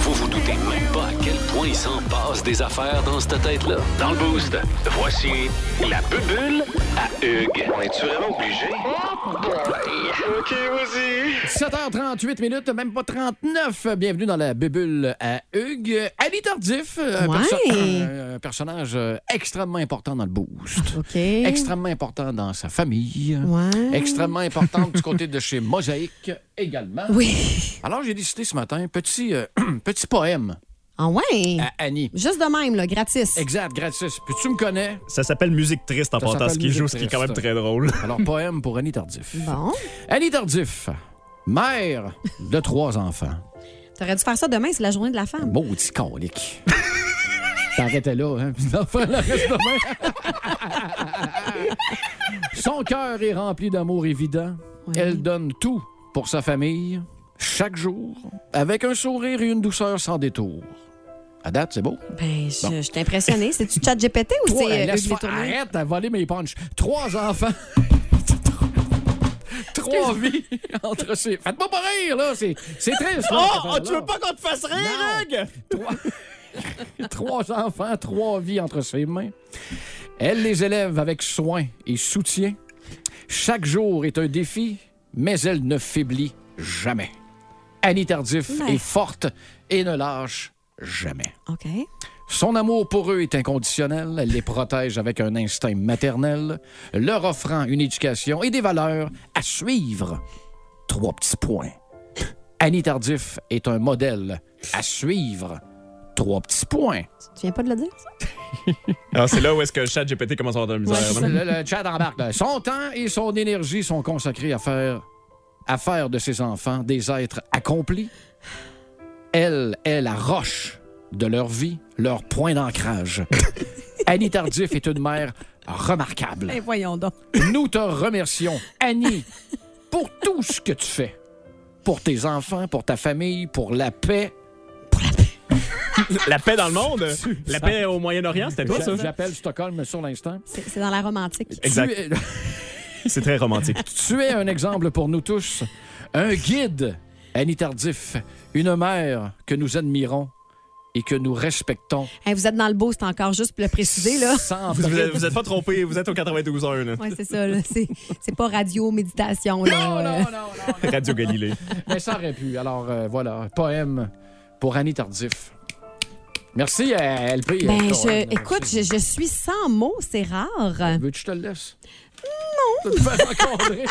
Speaker 4: Vous vous doutez même pas à quel point il s'en passe des affaires dans cette tête-là. Dans le boost, voici la bubule à Hugues. On est-tu vraiment obligé?
Speaker 1: 7h38 minutes, même pas 39. Bienvenue dans la bubule à Hugues. Ali Tardif, un,
Speaker 2: Ouais.
Speaker 1: un personnage euh, extrêmement important dans le boost.
Speaker 2: OK.
Speaker 1: Extrêmement important dans sa famille.
Speaker 2: Ouais.
Speaker 1: Extrêmement important du côté de chez Mosaïque également.
Speaker 2: Oui.
Speaker 1: Alors, j'ai décidé ce matin, petit, euh, petit poème
Speaker 2: Ah ouais.
Speaker 1: à Annie.
Speaker 2: Juste de même, là, gratis.
Speaker 1: Exact, gratis. Puis tu me connais.
Speaker 5: Ça s'appelle musique triste en
Speaker 1: Ça
Speaker 5: passant,
Speaker 1: s'appelle
Speaker 5: ce qui joue,
Speaker 1: musique
Speaker 5: ce qui est quand
Speaker 1: triste.
Speaker 5: même très drôle.
Speaker 1: Alors, poème pour Annie Tardif.
Speaker 2: Bon.
Speaker 1: Annie Tardif, mère de trois enfants.
Speaker 2: T'aurais dû faire ça demain, c'est la journée de la femme.
Speaker 1: Maudit colique. T'arrêtais là, hein? puis l'enfant, le reste demain. Son cœur est rempli d'amour évident. Elle donne tout pour sa famille, chaque jour, avec un sourire et une douceur sans détour. À date, c'est beau.
Speaker 2: Ben,
Speaker 1: Bon.
Speaker 2: je, je suis impressionnée. C'est-tu chat GPT ou
Speaker 1: Trois-
Speaker 2: c'est euh,
Speaker 1: laisse
Speaker 2: Hugues
Speaker 1: faire-
Speaker 2: Létourneau?
Speaker 1: arrête à voler mes punchs. Trois enfants. Trois vies entre ces. Faites-moi pas rire, là. C'est c'est triste. là, cette
Speaker 5: Oh, tu veux
Speaker 1: affaire-là.
Speaker 5: pas qu'on te fasse rire, Hugues?
Speaker 1: Trois enfants, trois vies entre ses mains. Elle les élève avec soin et soutien. Chaque jour est un défi, mais elle ne faiblit jamais. Annie Tardif
Speaker 2: Ouais.
Speaker 1: est forte et ne lâche jamais.
Speaker 2: OK.
Speaker 1: Son amour pour eux est inconditionnel. Elle les protège avec un instinct maternel, leur offrant une éducation et des valeurs à suivre. Trois petits points. Annie Tardif est un modèle à suivre. Trois petits points.
Speaker 2: Tu viens pas de le dire, ça?
Speaker 5: Alors, c'est là où est-ce que le chat GPT commence à avoir de la misère. hein? là.
Speaker 1: le, le chat embarque. là. Son temps et son énergie sont consacrés à faire, à faire de ses enfants des êtres accomplis. Elle est la roche de leur vie, leur point d'ancrage. Annie Tardif est une mère remarquable.
Speaker 2: Ben, voyons donc.
Speaker 1: Nous te remercions, Annie, pour tout ce que tu fais. Pour tes enfants, pour ta famille, pour la paix.
Speaker 5: La paix dans le monde? La paix au Moyen-Orient, c'était toi, ça?
Speaker 1: J'a- J'appelle Stockholm sur l'instant.
Speaker 2: C'est c'est dans la romantique.
Speaker 5: Exact.
Speaker 1: Tu es-
Speaker 5: C'est très romantique.
Speaker 1: Tu es un exemple pour nous tous, un guide, Annie Tardif, une mère que nous admirons et que nous respectons.
Speaker 2: Hey, vous êtes dans le beau, c'est encore juste pour le préciser, là.
Speaker 1: Sans
Speaker 5: Vous, vous êtes- vous êtes pas trompé, vous êtes au 92.1, là.
Speaker 2: Oui, c'est ça. là. C'est c'est pas radio-méditation. là. Euh,
Speaker 5: Radio Galilée.
Speaker 1: Mais ça aurait pu. Alors euh, voilà, poème pour Annie Tardif. Merci à LP.
Speaker 2: Ben,
Speaker 1: euh,
Speaker 2: je,
Speaker 1: Corinne.
Speaker 2: écoute, je, je suis sans mots, c'est rare.
Speaker 1: Veux-tu que je te le laisse? Non! Tu vas te faire rencontrer.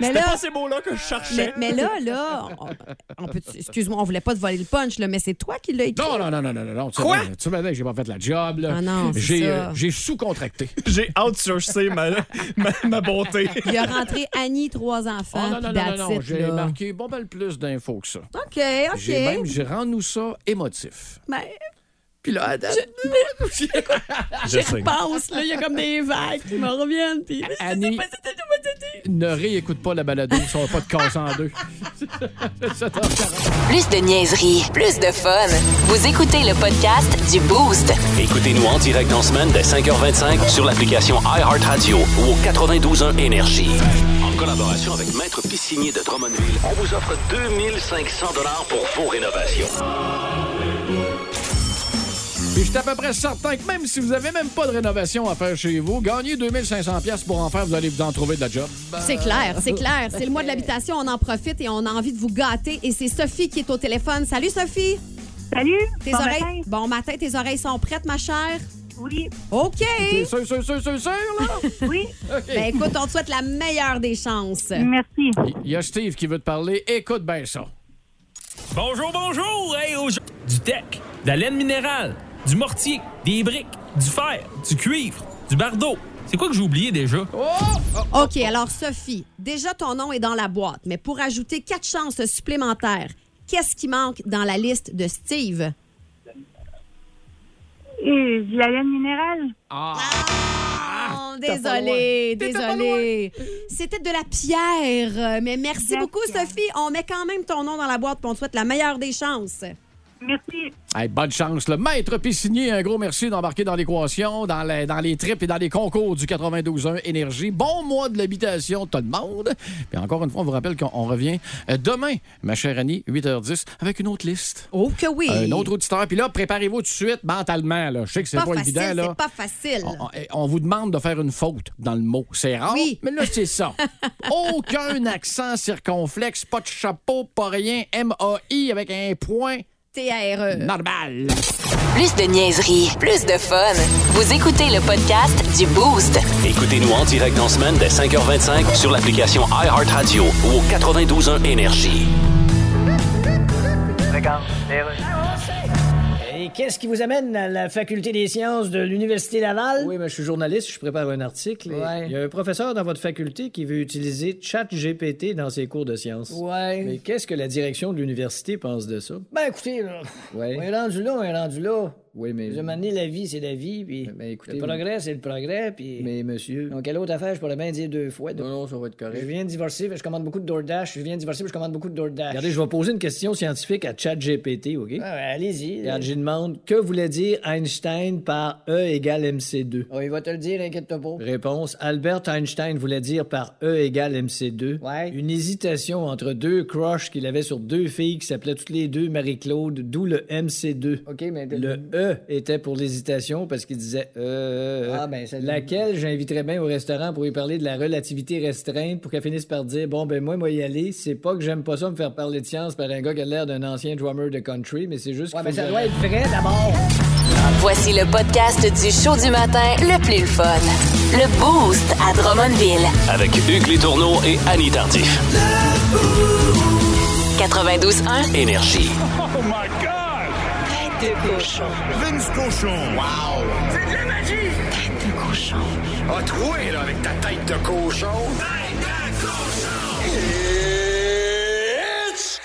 Speaker 2: Mais
Speaker 5: C'était
Speaker 2: là,
Speaker 5: pas ces mots-là que je cherchais.
Speaker 2: mais, mais là, là, on, on peut, excuse-moi, on voulait pas te voler le punch, là, mais c'est toi qui l'as écrit.
Speaker 1: Non, non, non, non, non, non, non. Tu
Speaker 5: Quoi?
Speaker 1: savais- Tu m'avais que j'ai pas fait la job, là.
Speaker 2: Ah non, c'est
Speaker 1: J'ai,
Speaker 2: ça.
Speaker 1: euh, j'ai sous-contracté.
Speaker 5: J'ai outsourcé ma, ma, ma bonté.
Speaker 2: Il a rentré Annie, trois enfants,
Speaker 1: Oh, non, non,
Speaker 2: puis
Speaker 1: non, non,
Speaker 2: Ah, that's
Speaker 1: non.
Speaker 2: it,
Speaker 1: J'ai
Speaker 2: là.
Speaker 1: marqué pas mal plus d'infos que ça.
Speaker 2: OK, OK.
Speaker 1: J'ai même, je rends-nous ça émotif.
Speaker 2: Ben,
Speaker 1: Puis là, à date,
Speaker 5: Je
Speaker 2: je
Speaker 5: sais.
Speaker 2: pense, là, il y a comme des vagues qui me reviennent, puis je sais
Speaker 1: Annie-
Speaker 2: pas si c'était tout, pas si c'était-
Speaker 1: ne réécoute pas la balado, ça va pas te casser en deux.
Speaker 3: Plus de niaiserie, plus de fun. Vous écoutez le podcast du Boost.
Speaker 4: Écoutez-nous en direct en semaine dès 5h25 sur l'application iHeartRadio ou au 92.1 Énergie. En collaboration avec Maître Piscinier de Drummondville, on vous offre 2500 pour vos rénovations.
Speaker 1: Puis je suis à peu près certain que même si vous avez même pas de rénovation à faire chez vous, gagnez 2500 pièces pour en faire, vous allez vous en trouver de la job.
Speaker 2: C'est clair, c'est clair. C'est le mois de l'habitation, on en profite et on a envie de vous gâter. Et c'est Sophie qui est au téléphone. Salut, Sophie.
Speaker 11: Salut!
Speaker 2: Tes
Speaker 11: bon
Speaker 2: oreilles.
Speaker 11: matin.
Speaker 2: Bon matin, tes oreilles sont prêtes, ma chère?
Speaker 11: Oui,
Speaker 2: OK.
Speaker 1: T'es sûr, sûr, sûr, sûr, sûr, là?
Speaker 11: oui,
Speaker 1: OK.
Speaker 2: Ben écoute, on te souhaite la meilleure des chances.
Speaker 11: merci.
Speaker 1: Il y a Steve qui veut te parler. Écoute bien ça.
Speaker 14: Bonjour, bonjour! Hey, aujourd'hui, du tech, de la laine minérale, du mortier, des briques, du fer, du cuivre, du bardeau. C'est quoi que j'ai oublié déjà?
Speaker 2: Oh! OK, alors Sophie, déjà ton nom est dans la boîte, mais pour ajouter quatre chances supplémentaires, qu'est-ce qui manque dans la liste de Steve?
Speaker 11: Et de la laine minérale?
Speaker 2: Oh, désolé, désolé. C'était de la pierre. Mais merci
Speaker 11: La
Speaker 2: beaucoup,
Speaker 11: pierre.
Speaker 2: Sophie. On met quand même ton nom dans la boîte pour on te souhaite la meilleure des chances.
Speaker 11: Merci.
Speaker 1: Hey, bonne chance. Le maître Piscinier, un gros merci d'embarquer dans l'équation, dans, les- dans les trips et dans les concours du 92.1 Énergie. Bon mois de l'habitation, tout le monde. Puis encore une fois, on vous rappelle qu'on on revient euh, demain, ma chère Annie, 8h10, avec une autre liste.
Speaker 2: Oh que oui.
Speaker 1: Un autre auditeur. Puis là, préparez-vous tout de suite mentalement. Là. Je sais que c'est
Speaker 2: pas,
Speaker 1: pas,
Speaker 2: facile,
Speaker 1: évident. Là.
Speaker 2: c'est pas facile.
Speaker 1: On, on- eh, on vous demande de faire une faute dans le mot. C'est rare,
Speaker 2: Oui.
Speaker 1: mais là, c'est ça. Aucun accent circonflexe, pas de chapeau, pas rien. M-A-I avec un point
Speaker 6: Euh,
Speaker 2: TRE.
Speaker 1: normal.
Speaker 3: Plus de niaiserie, plus de fun. Vous écoutez le podcast du Boost.
Speaker 4: Écoutez-nous en direct en semaine dès 5h25 sur l'application iHeartRadio ou au 92.1 Énergie.
Speaker 13: Regarde,
Speaker 8: Et qu'est-ce qui vous amène à la faculté des sciences de l'Université Laval?
Speaker 7: Oui, mais je suis journaliste, je prépare un article. et
Speaker 8: Ouais.
Speaker 7: Il y a un professeur dans votre faculté qui veut utiliser ChatGPT dans ses cours de sciences.
Speaker 8: Ouais.
Speaker 7: Mais
Speaker 10: Bah,
Speaker 7: qu'est-ce que la direction de l'université pense de ça?
Speaker 10: euh,
Speaker 8: Ben écoutez, là,
Speaker 7: Ouais.
Speaker 8: on est rendu là, on est rendu là.
Speaker 7: Oui, mais.
Speaker 8: Je m'amener la vie, c'est la vie, puis
Speaker 7: Mais écoutez.
Speaker 8: le progrès, c'est le progrès, puis...
Speaker 7: Mais monsieur.
Speaker 8: Donc, quelle autre affaire, je pourrais bien dire deux fois.
Speaker 7: Non, non, ça va être correct.
Speaker 8: Je viens de divorcer, puis je commande beaucoup de DoorDash. Je viens de divorcer, puis je commande beaucoup de DoorDash.
Speaker 7: Regardez, je vais poser une question scientifique à ChatGPT, OK?
Speaker 8: Ah, ouais, allez-y.
Speaker 7: Regarde, je lui demande que voulait dire Einstein par E égale MC2.
Speaker 8: Oh, il va te le dire, inquiète-toi pas.
Speaker 7: Réponse Albert Einstein voulait dire par E égale MC2
Speaker 8: Ouais.
Speaker 7: une hésitation entre deux crushs qu'il avait sur deux filles qui s'appelaient toutes les deux Marie-Claude, d'où le MC2.
Speaker 8: OK, mais...
Speaker 7: Le E était pour l'hésitation parce qu'il disait euh, euh,
Speaker 8: Ah, ben, ça-
Speaker 7: laquelle j'inviterais bien au restaurant pour lui parler de la relativité restreinte pour qu'elle finisse par dire bon ben moi moi y aller c'est pas que j'aime pas ça me faire parler de science par un gars qui a l'air d'un ancien drummer de country mais c'est juste
Speaker 8: Ouais,
Speaker 7: qu'il
Speaker 8: mais
Speaker 7: faut
Speaker 8: ça
Speaker 7: que
Speaker 8: doit
Speaker 7: j'arrête.
Speaker 8: être vrai, d'abord.
Speaker 3: Voici le podcast du show du matin le plus le fun. Le Boost à Drummondville.
Speaker 4: Avec Hugues Létourneau et Annie Tardif.
Speaker 3: 92.1.
Speaker 4: Énergie.
Speaker 10: Oh my God! Tête de cochon. Vince cochon. Wow! C'est de la magie! Tête de cochon. A troué, là, avec ta tête de cochon. Tête de cochon! It's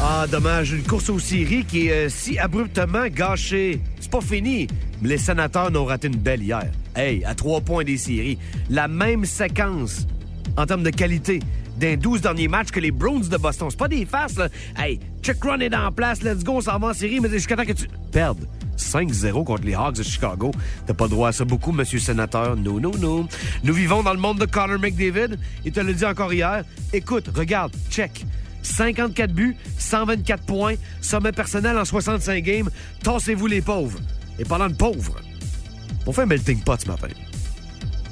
Speaker 15: Ah, dommage, une course aux séries qui est euh, si abruptement gâchée. C'est pas fini. mais Les sénateurs n'ont raté une belle hier. Hey, à trois points des séries. La même séquence en termes de qualité d'un 12 derniers matchs que les Browns de Boston. C'est pas des faces, là. Hey, check run est en place, let's go, on s'en va en série, mais jusqu'à temps que tu perdes. 5-0 contre les Hawks de Chicago. T'as pas droit à ça beaucoup, monsieur sénateur. Non, non, non. Nous vivons dans le monde de Connor McDavid. Il te l'a dit encore hier. Écoute, regarde, check. 54 buts, 124 points, sommet personnel en 65 games. Tassez-vous les pauvres. Et parlant de pauvres, on fait un melting pot ce matin.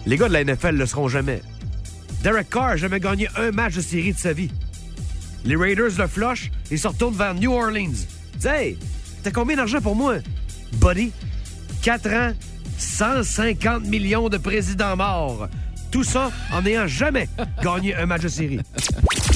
Speaker 15: Les gars de la NFL le seront jamais. Derek Carr n'a jamais gagné un match de série de sa vie. Les Raiders le flush et se retournent vers New Orleans. Ils Disent, hey, t'as combien d'argent pour moi? Buddy, 4 ans, 150 millions de présidents morts. Tout ça en n'ayant jamais gagné un match de série.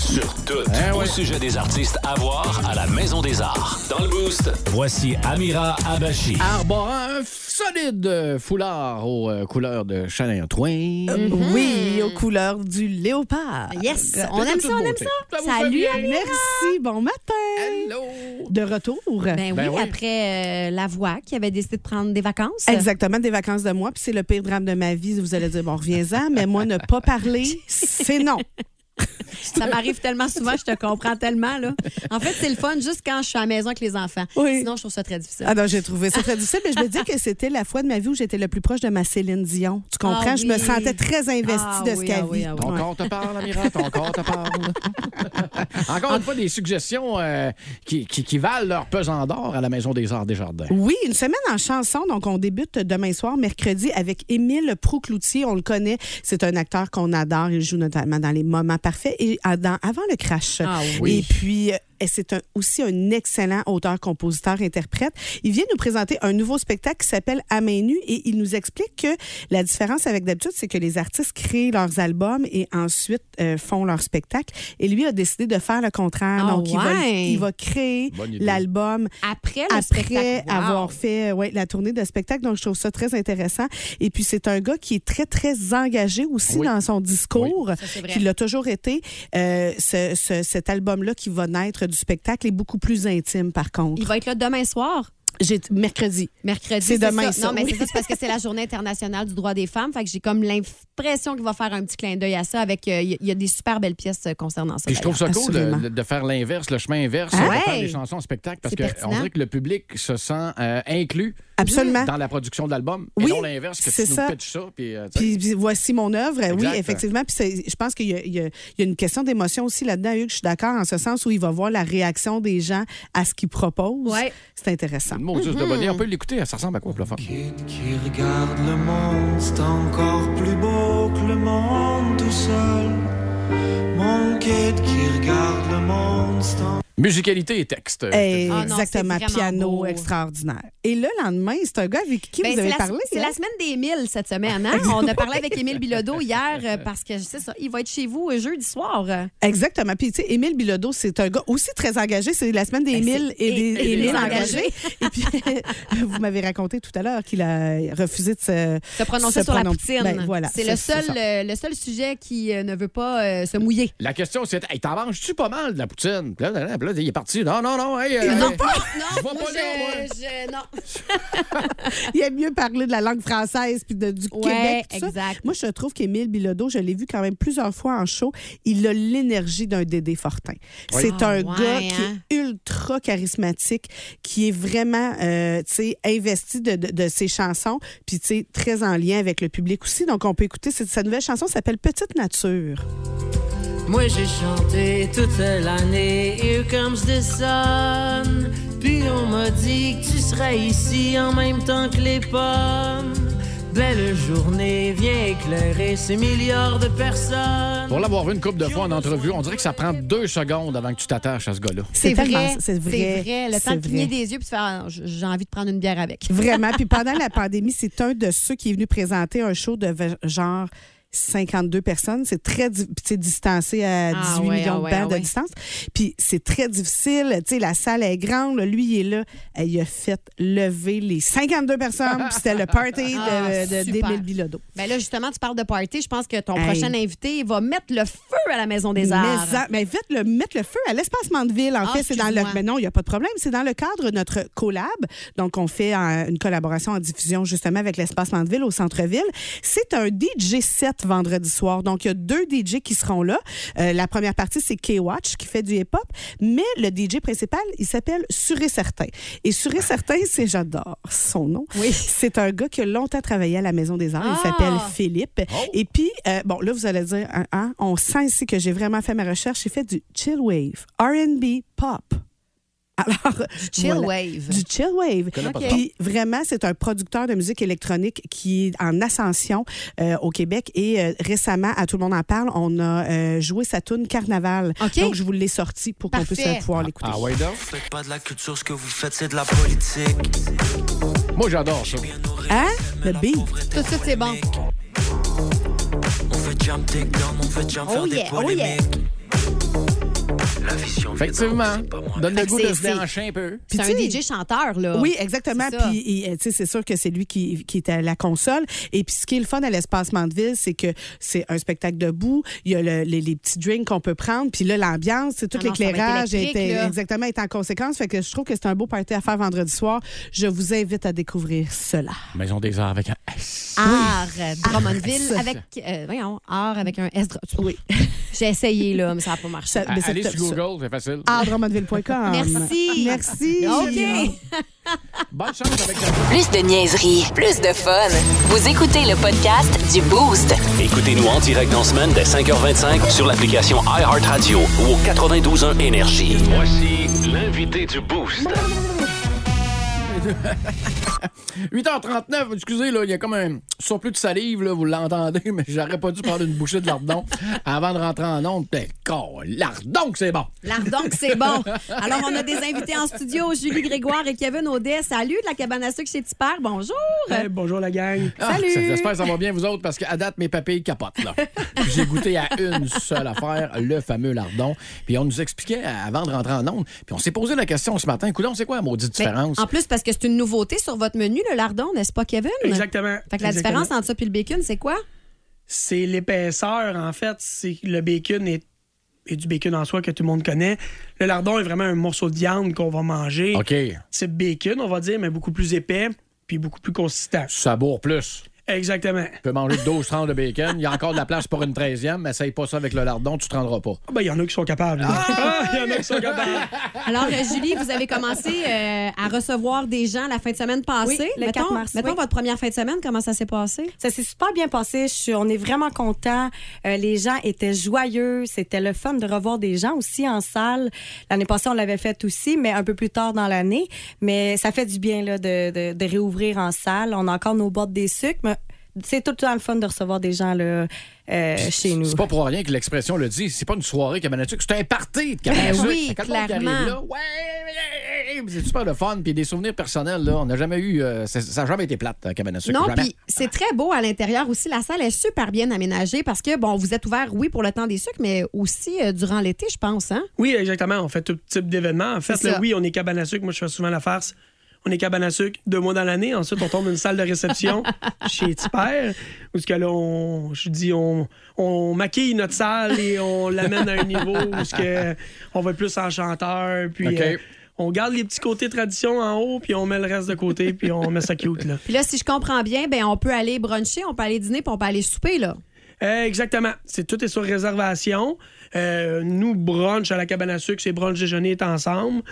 Speaker 4: sur tout. Au sujet des artistes à voir à la Maison des Arts. Dans le Boost, voici Amira Abachi.
Speaker 1: Arborant un f- solide euh, foulard aux euh, couleurs de Chanel Twain.
Speaker 6: Mhm. Oui, aux couleurs du léopard.
Speaker 2: Yes, on aime ça, on aime ça.
Speaker 6: vous
Speaker 2: Salut,
Speaker 6: fait bien.
Speaker 2: Amira.
Speaker 6: Merci, bon matin. De retour.
Speaker 2: Ben, oui, après euh, la voix qui avait décidé de prendre des vacances.
Speaker 6: Exactement, des vacances de moi. Puis c'est le pire drame de ma vie. Vous allez dire, bon, reviens-en, mais moi, ne pas parler, c'est non.
Speaker 2: Ça m'arrive tellement souvent, je te comprends tellement. Là. En fait, c'est le fun juste quand je suis à la maison avec les enfants. Sinon, je trouve ça très difficile.
Speaker 6: Ah non, j'ai trouvé ça très difficile, mais je me dis que c'était la fois de ma vie où j'étais le plus proche de ma Céline Dion. Tu comprends?
Speaker 2: Ah
Speaker 6: Je me
Speaker 2: oui.
Speaker 6: sentais très investie
Speaker 2: Ah
Speaker 6: de ce
Speaker 2: oui,
Speaker 6: qu'elle
Speaker 2: ah oui,
Speaker 6: vit.
Speaker 2: ah oui.
Speaker 6: Ouais.
Speaker 1: Encore te parle, Amira, ton corps te parle. Encore une fois, des suggestions euh, qui, qui- qui valent leur pesant d'or à la Maison des Arts des Jardins.
Speaker 6: Oui, une semaine en chanson. Donc, on débute demain soir, mercredi, avec Émile Proucloutier. On le connaît. C'est un acteur qu'on adore. Il joue notamment dans Les Moments Parfaits et à- dans Avant le crash.
Speaker 2: Ah oui.
Speaker 6: Et puis, euh, c'est un- aussi un excellent auteur, compositeur, interprète. Il vient nous présenter un nouveau spectacle qui s'appelle À main nue et il nous explique que la différence avec d'habitude, c'est que les artistes créent leurs albums et ensuite euh, font leur spectacle. Et lui a décidé de faire le contraire.
Speaker 2: Ah
Speaker 6: Donc, il va-
Speaker 2: ouais.
Speaker 6: il va créer
Speaker 2: Bonne idée.
Speaker 6: l'album
Speaker 2: Après le
Speaker 6: après
Speaker 2: spectacle. Wow.
Speaker 6: avoir fait euh, ouais, la tournée de spectacle. Donc, je trouve ça très intéressant. Et puis, c'est un gars qui est très, très engagé aussi dans son discours,
Speaker 2: c'est vrai.
Speaker 6: qui l'a toujours été. Euh, ce- ce- cet album-là qui va naître du spectacle est beaucoup plus intime, par contre.
Speaker 2: Il va être là demain soir.
Speaker 6: J'ai mercredi.
Speaker 2: Mercredi.
Speaker 6: C'est demain,
Speaker 2: ça.
Speaker 6: ça,
Speaker 2: Non, mais
Speaker 6: oui.
Speaker 2: c'est ça, c'est parce que c'est la journée internationale du droit des femmes. Fait que j'ai comme l'impression qu'il va faire un petit clin d'œil à ça. Avec, euh, il y a- il y a des super belles pièces euh, concernant ça.
Speaker 1: Puis je trouve ça
Speaker 2: d'ailleurs.
Speaker 1: cool de- de, de faire l'inverse, le chemin inverse,
Speaker 2: Ah
Speaker 1: de
Speaker 2: ouais.
Speaker 1: faire des chansons en spectacle, parce
Speaker 2: C'est pertinent.
Speaker 1: qu'on dirait que le public se sent euh, inclus
Speaker 6: Absolument.
Speaker 1: dans la production de l'album, et
Speaker 6: Oui,
Speaker 1: non l'inverse, que
Speaker 6: c'est
Speaker 1: tu nous
Speaker 6: ça.
Speaker 1: pitches ça. Puis, euh, tu sais.
Speaker 6: Puis, puis voici mon œuvre. Oui,
Speaker 1: Exact.
Speaker 6: effectivement. Puis c'est- je pense qu'il y, a- il y a il y a une question d'émotion aussi là-dedans, Hugues. Je suis d'accord en ce sens où il va voir la réaction des gens à ce qu'il propose. C'est intéressant.
Speaker 1: Mon Dieu, c'est de
Speaker 2: Mm-hmm.
Speaker 1: bonheur. On peut l'écouter, ça ressemble à quoi, pour le fun?
Speaker 10: Qui regarde le monde, c'est encore plus beau que le monde tout seul. Mon kid qui regarde le monde, c'est en-
Speaker 1: Musicalité et texte. Ah
Speaker 6: Eh,
Speaker 2: Ah
Speaker 1: je te dirais.
Speaker 6: exactement. piano extraordinaire. Et le lendemain, c'est un gars avec qui
Speaker 2: Ben,
Speaker 6: vous
Speaker 2: c'est
Speaker 6: avez
Speaker 2: la-
Speaker 6: parlé.
Speaker 2: C'est
Speaker 6: hein?
Speaker 2: la semaine des 1000 cette semaine. hein? On a parlé avec Émile Bilodeau hier euh, parce que, c'est ça, il va être chez vous euh, jeudi soir. euh.
Speaker 6: Exactement. Puis, tu sais, Émile Bilodeau, c'est un gars aussi très engagé. C'est la
Speaker 2: Ben,
Speaker 6: semaine des Émile et des
Speaker 2: et- et
Speaker 6: Émile
Speaker 2: des
Speaker 6: engagés. et puis, vous m'avez raconté tout à l'heure qu'il a refusé de se,
Speaker 2: Se prononcer sur
Speaker 6: pronon-
Speaker 2: la poutine.
Speaker 6: Ben, voilà.
Speaker 2: c'est
Speaker 6: Ça,
Speaker 2: le seul,
Speaker 6: ça.
Speaker 2: euh, le seul sujet qui euh, ne veut pas euh, se mouiller.
Speaker 1: La question, c'est Hey, t'en manges-tu pas mal de la poutine? Puis là, là, là, puis là, il est parti. Non, non, non. Hey, euh,
Speaker 2: non,
Speaker 1: hey.
Speaker 2: non,
Speaker 1: vois
Speaker 2: moi,
Speaker 1: pas là, moi.
Speaker 2: je, je- non.
Speaker 6: Il aime mieux parler de la langue française puis de- du
Speaker 2: Ouais,
Speaker 6: Québec. tout ça.
Speaker 2: exact.
Speaker 6: Moi, je trouve qu'Émile Bilodeau, je l'ai vu quand même plusieurs fois en show, il a l'énergie d'un Dédé Fortin.
Speaker 2: Oui.
Speaker 6: C'est
Speaker 2: Ah,
Speaker 6: un
Speaker 2: ouais,
Speaker 6: gars qui
Speaker 2: hein?
Speaker 6: est ultra charismatique, qui est vraiment euh, tu sais, investi de, de- de ses chansons, puis tu sais, très en lien avec le public aussi. Donc, on peut écouter cette- sa nouvelle chanson s'appelle Petite Nature.
Speaker 16: Moi j'ai chanté toute l'année Here comes the sun Puis on m'a dit que tu serais ici en même temps que les pommes Belle journée, viens éclairer ces milliards de personnes
Speaker 1: Pour l'avoir vu une couple de fois en entrevue, on dirait que ça prend deux secondes avant que tu t'attaches à ce gars-là.
Speaker 2: C'est vrai,
Speaker 6: c'est vrai,
Speaker 2: Le temps
Speaker 6: c'est
Speaker 2: de
Speaker 6: vrai.
Speaker 2: cligner des yeux puis de faire Ah, j- j'ai envie de prendre une bière avec.
Speaker 6: Vraiment. Puis pendant la pandémie, c'est un de ceux qui est venu présenter un show de v- genre 52 personnes. C'est très di- tu sais, distancé à
Speaker 2: Ah
Speaker 6: 18
Speaker 2: ouais,
Speaker 6: millions
Speaker 2: ah
Speaker 6: de
Speaker 2: ouais,
Speaker 6: bandes
Speaker 2: ah
Speaker 6: de
Speaker 2: ouais.
Speaker 6: distance. Puis c'est très difficile. Tu sais, la salle est grande. là. Lui, il est là. Eh, Il a fait lever les 52 personnes. Puis c'était le party
Speaker 2: Ah,
Speaker 6: de, de,
Speaker 2: super.
Speaker 6: d'Émile Bilodeau.
Speaker 2: Ben là, justement, tu parles de party. Je pense que ton
Speaker 6: Hey.
Speaker 2: prochain invité il va mettre le feu à la Maison des Arts.
Speaker 6: Mais, ça- mais vite, le, mettre le feu à l'espacement de ville. En
Speaker 2: Ah,
Speaker 6: fait, c'est dans le.
Speaker 2: excuse-moi.
Speaker 6: Mais non, il n'y a pas de problème. C'est dans le cadre de notre collab. Donc, on fait euh, une collaboration en diffusion justement avec l'espacement de ville au centre-ville. C'est un DJ set vendredi soir. Donc, il y a deux DJ qui seront là. Euh, la première partie, c'est K-Watch qui fait du hip-hop. Mais le DJ principal, il s'appelle Suré Certain. Et Suré Certain, c'est, j'adore son nom. C'est un gars qui a longtemps travaillé à la Maison des Arts. Il
Speaker 2: Ah!
Speaker 6: s'appelle Philippe. Et puis, euh, bon, là, vous allez dire, hein, hein, on sent ici que j'ai vraiment fait ma recherche. J'ai fait du chill wave, RB, pop. Alors,
Speaker 2: chill
Speaker 6: voilà.
Speaker 2: wave.
Speaker 6: Du chill wave.
Speaker 2: connais pas ça.
Speaker 6: Puis vraiment, c'est un producteur de musique électronique qui est en ascension euh, au Québec. Et euh, récemment, à Tout le monde en parle, on a euh, joué sa tune Carnaval. Donc, je vous l'ai sorti pour qu'on puisse euh,
Speaker 17: Parfait.
Speaker 6: pouvoir l'écouter.
Speaker 2: Ah,
Speaker 17: faites pas de la culture, ce que vous faites, c'est de la politique.
Speaker 1: Moi, j'adore ça.
Speaker 6: Hein? Le beat.
Speaker 2: Tout ça, c'est bon.
Speaker 17: On veut jump take down, on veut jump
Speaker 2: Oh
Speaker 17: faire
Speaker 2: yeah,
Speaker 17: des
Speaker 2: oh yeah.
Speaker 17: polémiques. La vision
Speaker 1: Effectivement. Donne le
Speaker 2: Fait que
Speaker 1: goût de
Speaker 2: c'est-
Speaker 1: se
Speaker 2: c'est-
Speaker 1: déhancher un peu.
Speaker 2: C'est un DJ chanteur, là.
Speaker 6: Oui, exactement.
Speaker 2: C'est ça.
Speaker 6: Puis, il- euh, tu sais, c'est sûr que c'est lui qui, qui est à la console. Et puis, ce qui est le fun à l'espacement de ville, c'est que c'est un spectacle debout. Il y a le- les, les petits drinks qu'on peut prendre. Puis là, l'ambiance, c'est tout
Speaker 2: Ah non, ça va être
Speaker 6: l'éclairage est-
Speaker 2: électrique, là.
Speaker 6: exactement est en conséquence. Fait que je trouve que c'est un beau party à faire vendredi soir. Je vous invite à découvrir cela.
Speaker 1: Maison des Arts avec un S.
Speaker 2: Art,
Speaker 6: ah,
Speaker 2: euh, Drummondville,
Speaker 6: Ars.
Speaker 2: avec. euh, voyons, art avec un S. Oui. J'ai essayé, là, mais ça n'a pas marché.
Speaker 6: Ça- mais c'est
Speaker 1: Allez
Speaker 6: peut-être
Speaker 1: sur Google, c'est facile.
Speaker 6: Adromanville.com.
Speaker 2: Merci.
Speaker 6: Merci.
Speaker 2: OK.
Speaker 1: Bonne chance avec
Speaker 3: Plus de niaiserie, plus de fun. Vous écoutez le podcast du Boost.
Speaker 4: Écoutez-nous en direct dans la semaine dès 5h25 sur l'application iHeartRadio ou au 92.1 Énergie. Voici l'invité du Boost.
Speaker 1: 8h39, excusez, là, il y a comme un surplus de salive, là, vous l'entendez, mais j'aurais pas dû prendre une bouchée de lardon avant de rentrer en onde. Ben, con, lardon que c'est bon!
Speaker 2: L'ardonc, c'est bon. Alors, on a des invités en studio, Julie Grégoire et Kevin Audet. Salut de la cabane à sucre chez Tipper. Bonjour.
Speaker 18: Eh, Euh,
Speaker 1: bonjour la gang.
Speaker 2: Salut.
Speaker 1: J'espère que Ah, ça va bien vous autres parce qu'à date, mes papilles capotent. Là. J'ai goûté à une seule affaire, le fameux lardon. Puis on nous expliquait avant de rentrer en onde. Puis on s'est posé la question ce matin, coudon, c'est quoi la maudite
Speaker 2: Mais
Speaker 1: différence?
Speaker 2: Ben, En plus, parce que c'est une nouveauté sur votre menu, le lardon, n'est-ce pas, Kevin?
Speaker 18: Exactement.
Speaker 2: Fait que la
Speaker 18: Exactement.
Speaker 2: différence entre ça et le bacon, c'est quoi?
Speaker 18: C'est l'épaisseur, en fait. C'est le bacon est, est du bacon en soi que tout le monde connaît. Le lardon est vraiment un morceau de viande qu'on va manger.
Speaker 1: OK.
Speaker 18: C'est bacon, on va dire, mais beaucoup plus épais puis beaucoup plus consistant.
Speaker 1: Ça bourre plus.
Speaker 18: Exactement.
Speaker 1: Tu peux manger 12 tranches de bacon. Il y a encore de la place pour une 13e, mais essaye pas ça avec le lardon, tu te rendras pas.
Speaker 18: Ah ben, il y en a qui sont capables. là. Ah, il y en a qui sont capables.
Speaker 2: Alors, euh, Julie, vous avez commencé euh, à recevoir des gens Hein, la fin de semaine passée.
Speaker 19: Oui, le
Speaker 2: mettons,
Speaker 19: 4 mars,
Speaker 2: mettons
Speaker 19: oui.
Speaker 2: votre première fin de semaine, comment ça s'est passé?
Speaker 19: Ça s'est super bien passé. Je suis- on est vraiment contents. Euh, les gens étaient joyeux. C'était le fun de revoir des gens aussi en salle. L'année passée, on l'avait fait aussi, mais un peu plus tard dans l'année. Mais ça fait du bien là, de, de- de réouvrir en salle. On a encore nos boîtes des sucres, mais C'est tout le temps le fun de recevoir des gens là, euh, chez nous.
Speaker 1: C'est pas pour rien que l'expression le dit. C'est pas une soirée Kabanachuk, c'est un party de
Speaker 2: Ben
Speaker 1: Kabanachuk.
Speaker 2: oui,
Speaker 1: Quand le monde arrive
Speaker 2: clairement.
Speaker 1: là, ouais, c'est super le fun. Puis des souvenirs personnels, là, on n'a jamais eu. euh, ça- ça n'a jamais été plate, à Kabanachuk.
Speaker 2: Non,
Speaker 1: jamais.
Speaker 2: puis c'est très beau à l'intérieur aussi. La salle est super bien aménagée parce que, bon, vous êtes ouvert, oui, pour le temps des sucres, mais aussi euh, durant l'été, je pense. Hein?
Speaker 18: Oui, exactement. On fait tout type d'événements. En fait,
Speaker 2: C'est
Speaker 18: là,
Speaker 2: ça.
Speaker 18: oui, on est cabane à sucre. Moi, je fais souvent la farce. On est cabane à sucre deux mois dans l'année. Ensuite, on tombe dans une salle de réception chez Tipper, où ce que là, on, je dis, on, on maquille notre salle et on l'amène à un niveau où ce que on va plus en chanteur. Puis
Speaker 1: OK.
Speaker 18: euh, on garde les petits côtés tradition en haut, puis on met le reste de côté, puis on met ça cute là.
Speaker 2: Puis là, si je comprends bien, ben on peut aller bruncher, on peut aller dîner, puis on peut aller souper, là.
Speaker 18: Euh, exactement. C'est tout est sur réservation. Euh, nous, brunch à la cabane à sucre, c'est brunch déjeuner est ensemble.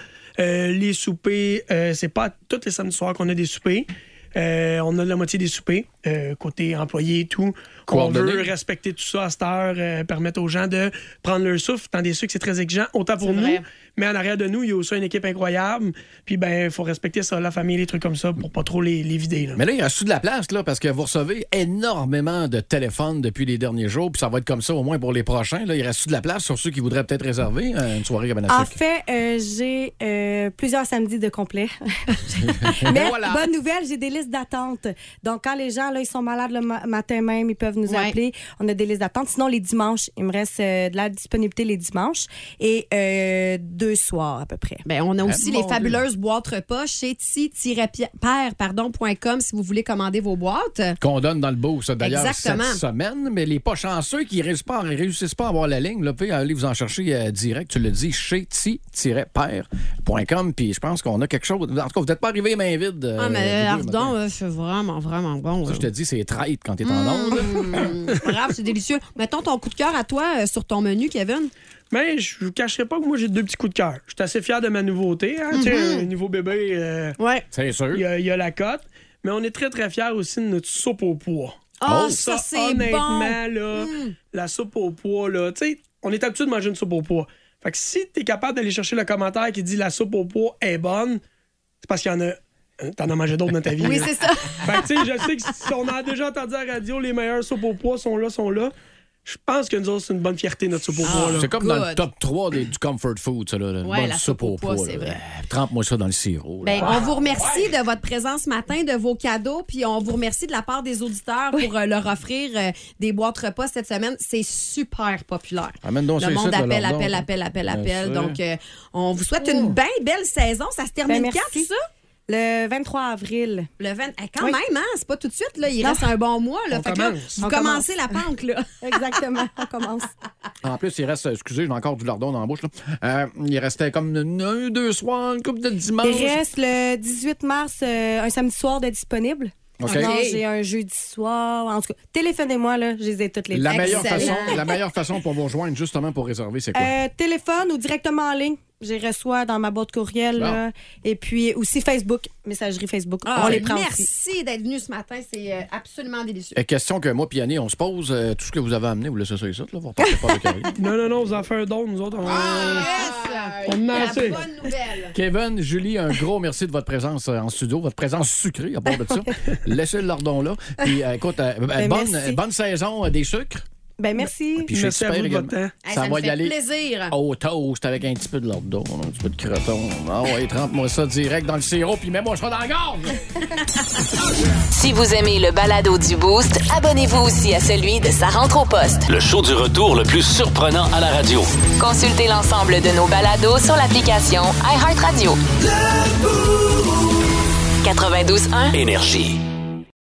Speaker 18: Euh, les soupers, euh, c'est pas tous les samedis soirs qu'on a des soupers. Euh, on a la moitié des soupers, euh, côté employé et tout. On
Speaker 1: Coordonné.
Speaker 18: veut respecter tout ça à cette heure, euh, permettre aux gens de prendre leur souffle. Tant des sucres, c'est très exigeant, autant pour nous, mais en arrière de nous, il y a aussi une équipe incroyable. Puis, ben, il faut respecter ça, la famille, les trucs comme ça, pour pas trop les, les vider. là.
Speaker 1: Mais là, il y a un sous de la place, là, parce que vous recevez énormément de téléphones depuis les derniers jours, puis ça va être comme ça au moins pour les prochains. Là, il reste sous de la place sur ceux qui voudraient peut-être réserver euh, une soirée cabane à
Speaker 19: En
Speaker 1: sucre.
Speaker 19: fait, euh, j'ai euh, plusieurs samedis de complet. Mais
Speaker 1: Voilà.
Speaker 19: bonne nouvelle, j'ai des listes d'attente. Donc, quand les gens là, ils sont malades le ma- matin même, ils peuvent nous appeler. On a des listes d'attente. Sinon, les dimanches, il me reste euh, de la disponibilité les dimanches et euh, deux soirs à peu près.
Speaker 2: Ben, on a aussi les fabuleuses boîtes repas chez ti-père.com si vous voulez commander vos boîtes.
Speaker 1: Qu'on donne dans le beau, ça, d'ailleurs, cette
Speaker 2: Exactement.
Speaker 1: semaine. Mais les pas chanceux qui réussissent pas, réussissent pas à avoir la ligne, là, puis allez vous en chercher euh, direct. Tu le dis, chez ti-père.com. Puis je pense qu'on a quelque chose. En tout cas, vous n'êtes pas arrivé main vide. euh,
Speaker 2: ah, mais
Speaker 1: les deux,
Speaker 2: Ardon, euh, c'est vraiment, vraiment bon.
Speaker 1: Ça,
Speaker 2: là.
Speaker 1: je te dis, c'est traite quand t'es en
Speaker 2: Mm.
Speaker 1: onde.
Speaker 2: Bravo, c'est délicieux. Mettons ton coup de cœur à toi euh, sur ton menu, Kevin.
Speaker 18: Mais je vous cacherai pas que moi, j'ai deux petits coups de cœur. Je suis assez fier de ma nouveauté. Hein?
Speaker 2: Mhm.
Speaker 18: Tu sais, un nouveau bébé. euh,
Speaker 1: C'est sûr.
Speaker 18: Il y, a- il y a la cote. Mais on est très, très fiers aussi de notre soupe au poids.
Speaker 2: Ah, Oh! ça, c'est
Speaker 18: honnêtement,
Speaker 2: bon! Mm.
Speaker 18: là, la soupe au poids, là, tu sais, on est habitué de manger une soupe au poids. Fait que si t'es capable d'aller chercher le commentaire qui dit la soupe au poids est bonne, c'est parce qu'il y en a. hein, T'en as mangé d'autres dans ta vie.
Speaker 2: Oui,
Speaker 18: là.
Speaker 2: c'est ça.
Speaker 18: Fait que, tu sais, je sais que si on en a déjà entendu à la radio, les meilleurs soupes au poids sont là, sont là. Je pense que nous autres, c'est une bonne fierté, notre soupe au poids. là.
Speaker 1: Ah, C'est comme dans le top 3 des- du comfort food, ça, là. la
Speaker 18: Ah, Ouais,
Speaker 1: bonne
Speaker 18: la
Speaker 1: soupe au poids,
Speaker 18: c'est
Speaker 1: là.
Speaker 18: vrai.
Speaker 1: Euh, Trempe-moi ça dans le sirop. Oh là.
Speaker 2: Ben, on vous remercie de votre présence ce matin, de vos cadeaux, puis on vous remercie de la part des auditeurs pour euh, leur offrir euh, des boîtes repas cette semaine. C'est super populaire.
Speaker 1: Amène donc ça
Speaker 2: Le monde
Speaker 1: ici,
Speaker 2: appelle,
Speaker 1: Valardon.
Speaker 2: appelle, appelle, appelle,
Speaker 1: Bien
Speaker 2: appelle.
Speaker 1: sûr. Oh.
Speaker 2: Donc, euh, on vous souhaite une bien belle saison. Ça se termine
Speaker 19: Ben, merci.
Speaker 2: quand, tout ça?
Speaker 19: Le 23 avril.
Speaker 2: Le 20... eh, quand
Speaker 19: Oui.
Speaker 2: même, hein? C'est pas tout de suite, là. Il
Speaker 19: Non.
Speaker 2: reste un bon mois, là.
Speaker 19: On
Speaker 2: Fait que là,
Speaker 19: commence.
Speaker 2: vous
Speaker 19: On
Speaker 2: commencez la pente, là.
Speaker 19: Exactement, on commence.
Speaker 1: En plus, il reste, excusez, j'ai encore du lardon dans la bouche. là. Euh, il restait comme un, deux soirs, une couple de dimanche.
Speaker 19: Il reste le 18 mars, euh, un samedi soir de disponible.
Speaker 1: OK.
Speaker 19: Non, j'ai un jeudi soir. En tout cas, téléphonez-moi, là, je les ai toutes les
Speaker 1: La
Speaker 19: dates.
Speaker 1: meilleure, façon, la meilleure façon pour vous rejoindre, justement, pour réserver, c'est quoi?
Speaker 19: Euh, téléphone ou directement en ligne. J'ai reçois dans ma boîte courriel.
Speaker 1: Bon.
Speaker 19: là. Et puis aussi Facebook, messagerie Facebook.
Speaker 2: Ah,
Speaker 19: on les prend aussi.
Speaker 2: Merci d'être venu ce matin. C'est euh, absolument délicieux.
Speaker 1: Euh, Question que moi, Piané, on se pose. euh, tout ce que vous avez amené, vous laissez ça ici, là. Vous repartez pas avec rien.
Speaker 18: Non, non, non, vous en faites un don, nous autres. On...
Speaker 19: Ah,
Speaker 18: on en a
Speaker 2: Ah, La
Speaker 18: assez.
Speaker 2: bonne nouvelle.
Speaker 1: Kevin, Julie, un gros merci de votre présence euh, en studio, votre présence sucrée à part de ça. Laissez le lardon là. Puis, euh, écoute, euh,
Speaker 19: Ben,
Speaker 1: bonne,
Speaker 19: merci.
Speaker 1: bonne saison euh, des sucres.
Speaker 19: Ben, merci.
Speaker 1: Puis chez Super également.
Speaker 2: Hey, ça me fait plaisir.
Speaker 1: au Oh, toast avec un petit peu de lardon, un petit peu de creton. Ah ouais, trempe-moi ça direct dans le sirop, puis mets-moi ça dans la gorge.
Speaker 3: Si vous aimez le balado du Boost, abonnez-vous aussi à celui de Sa rentre au poste.
Speaker 4: Le show du retour le plus surprenant à la radio.
Speaker 3: Consultez l'ensemble de nos balados sur l'application iHeartRadio. 92.1
Speaker 4: Énergie.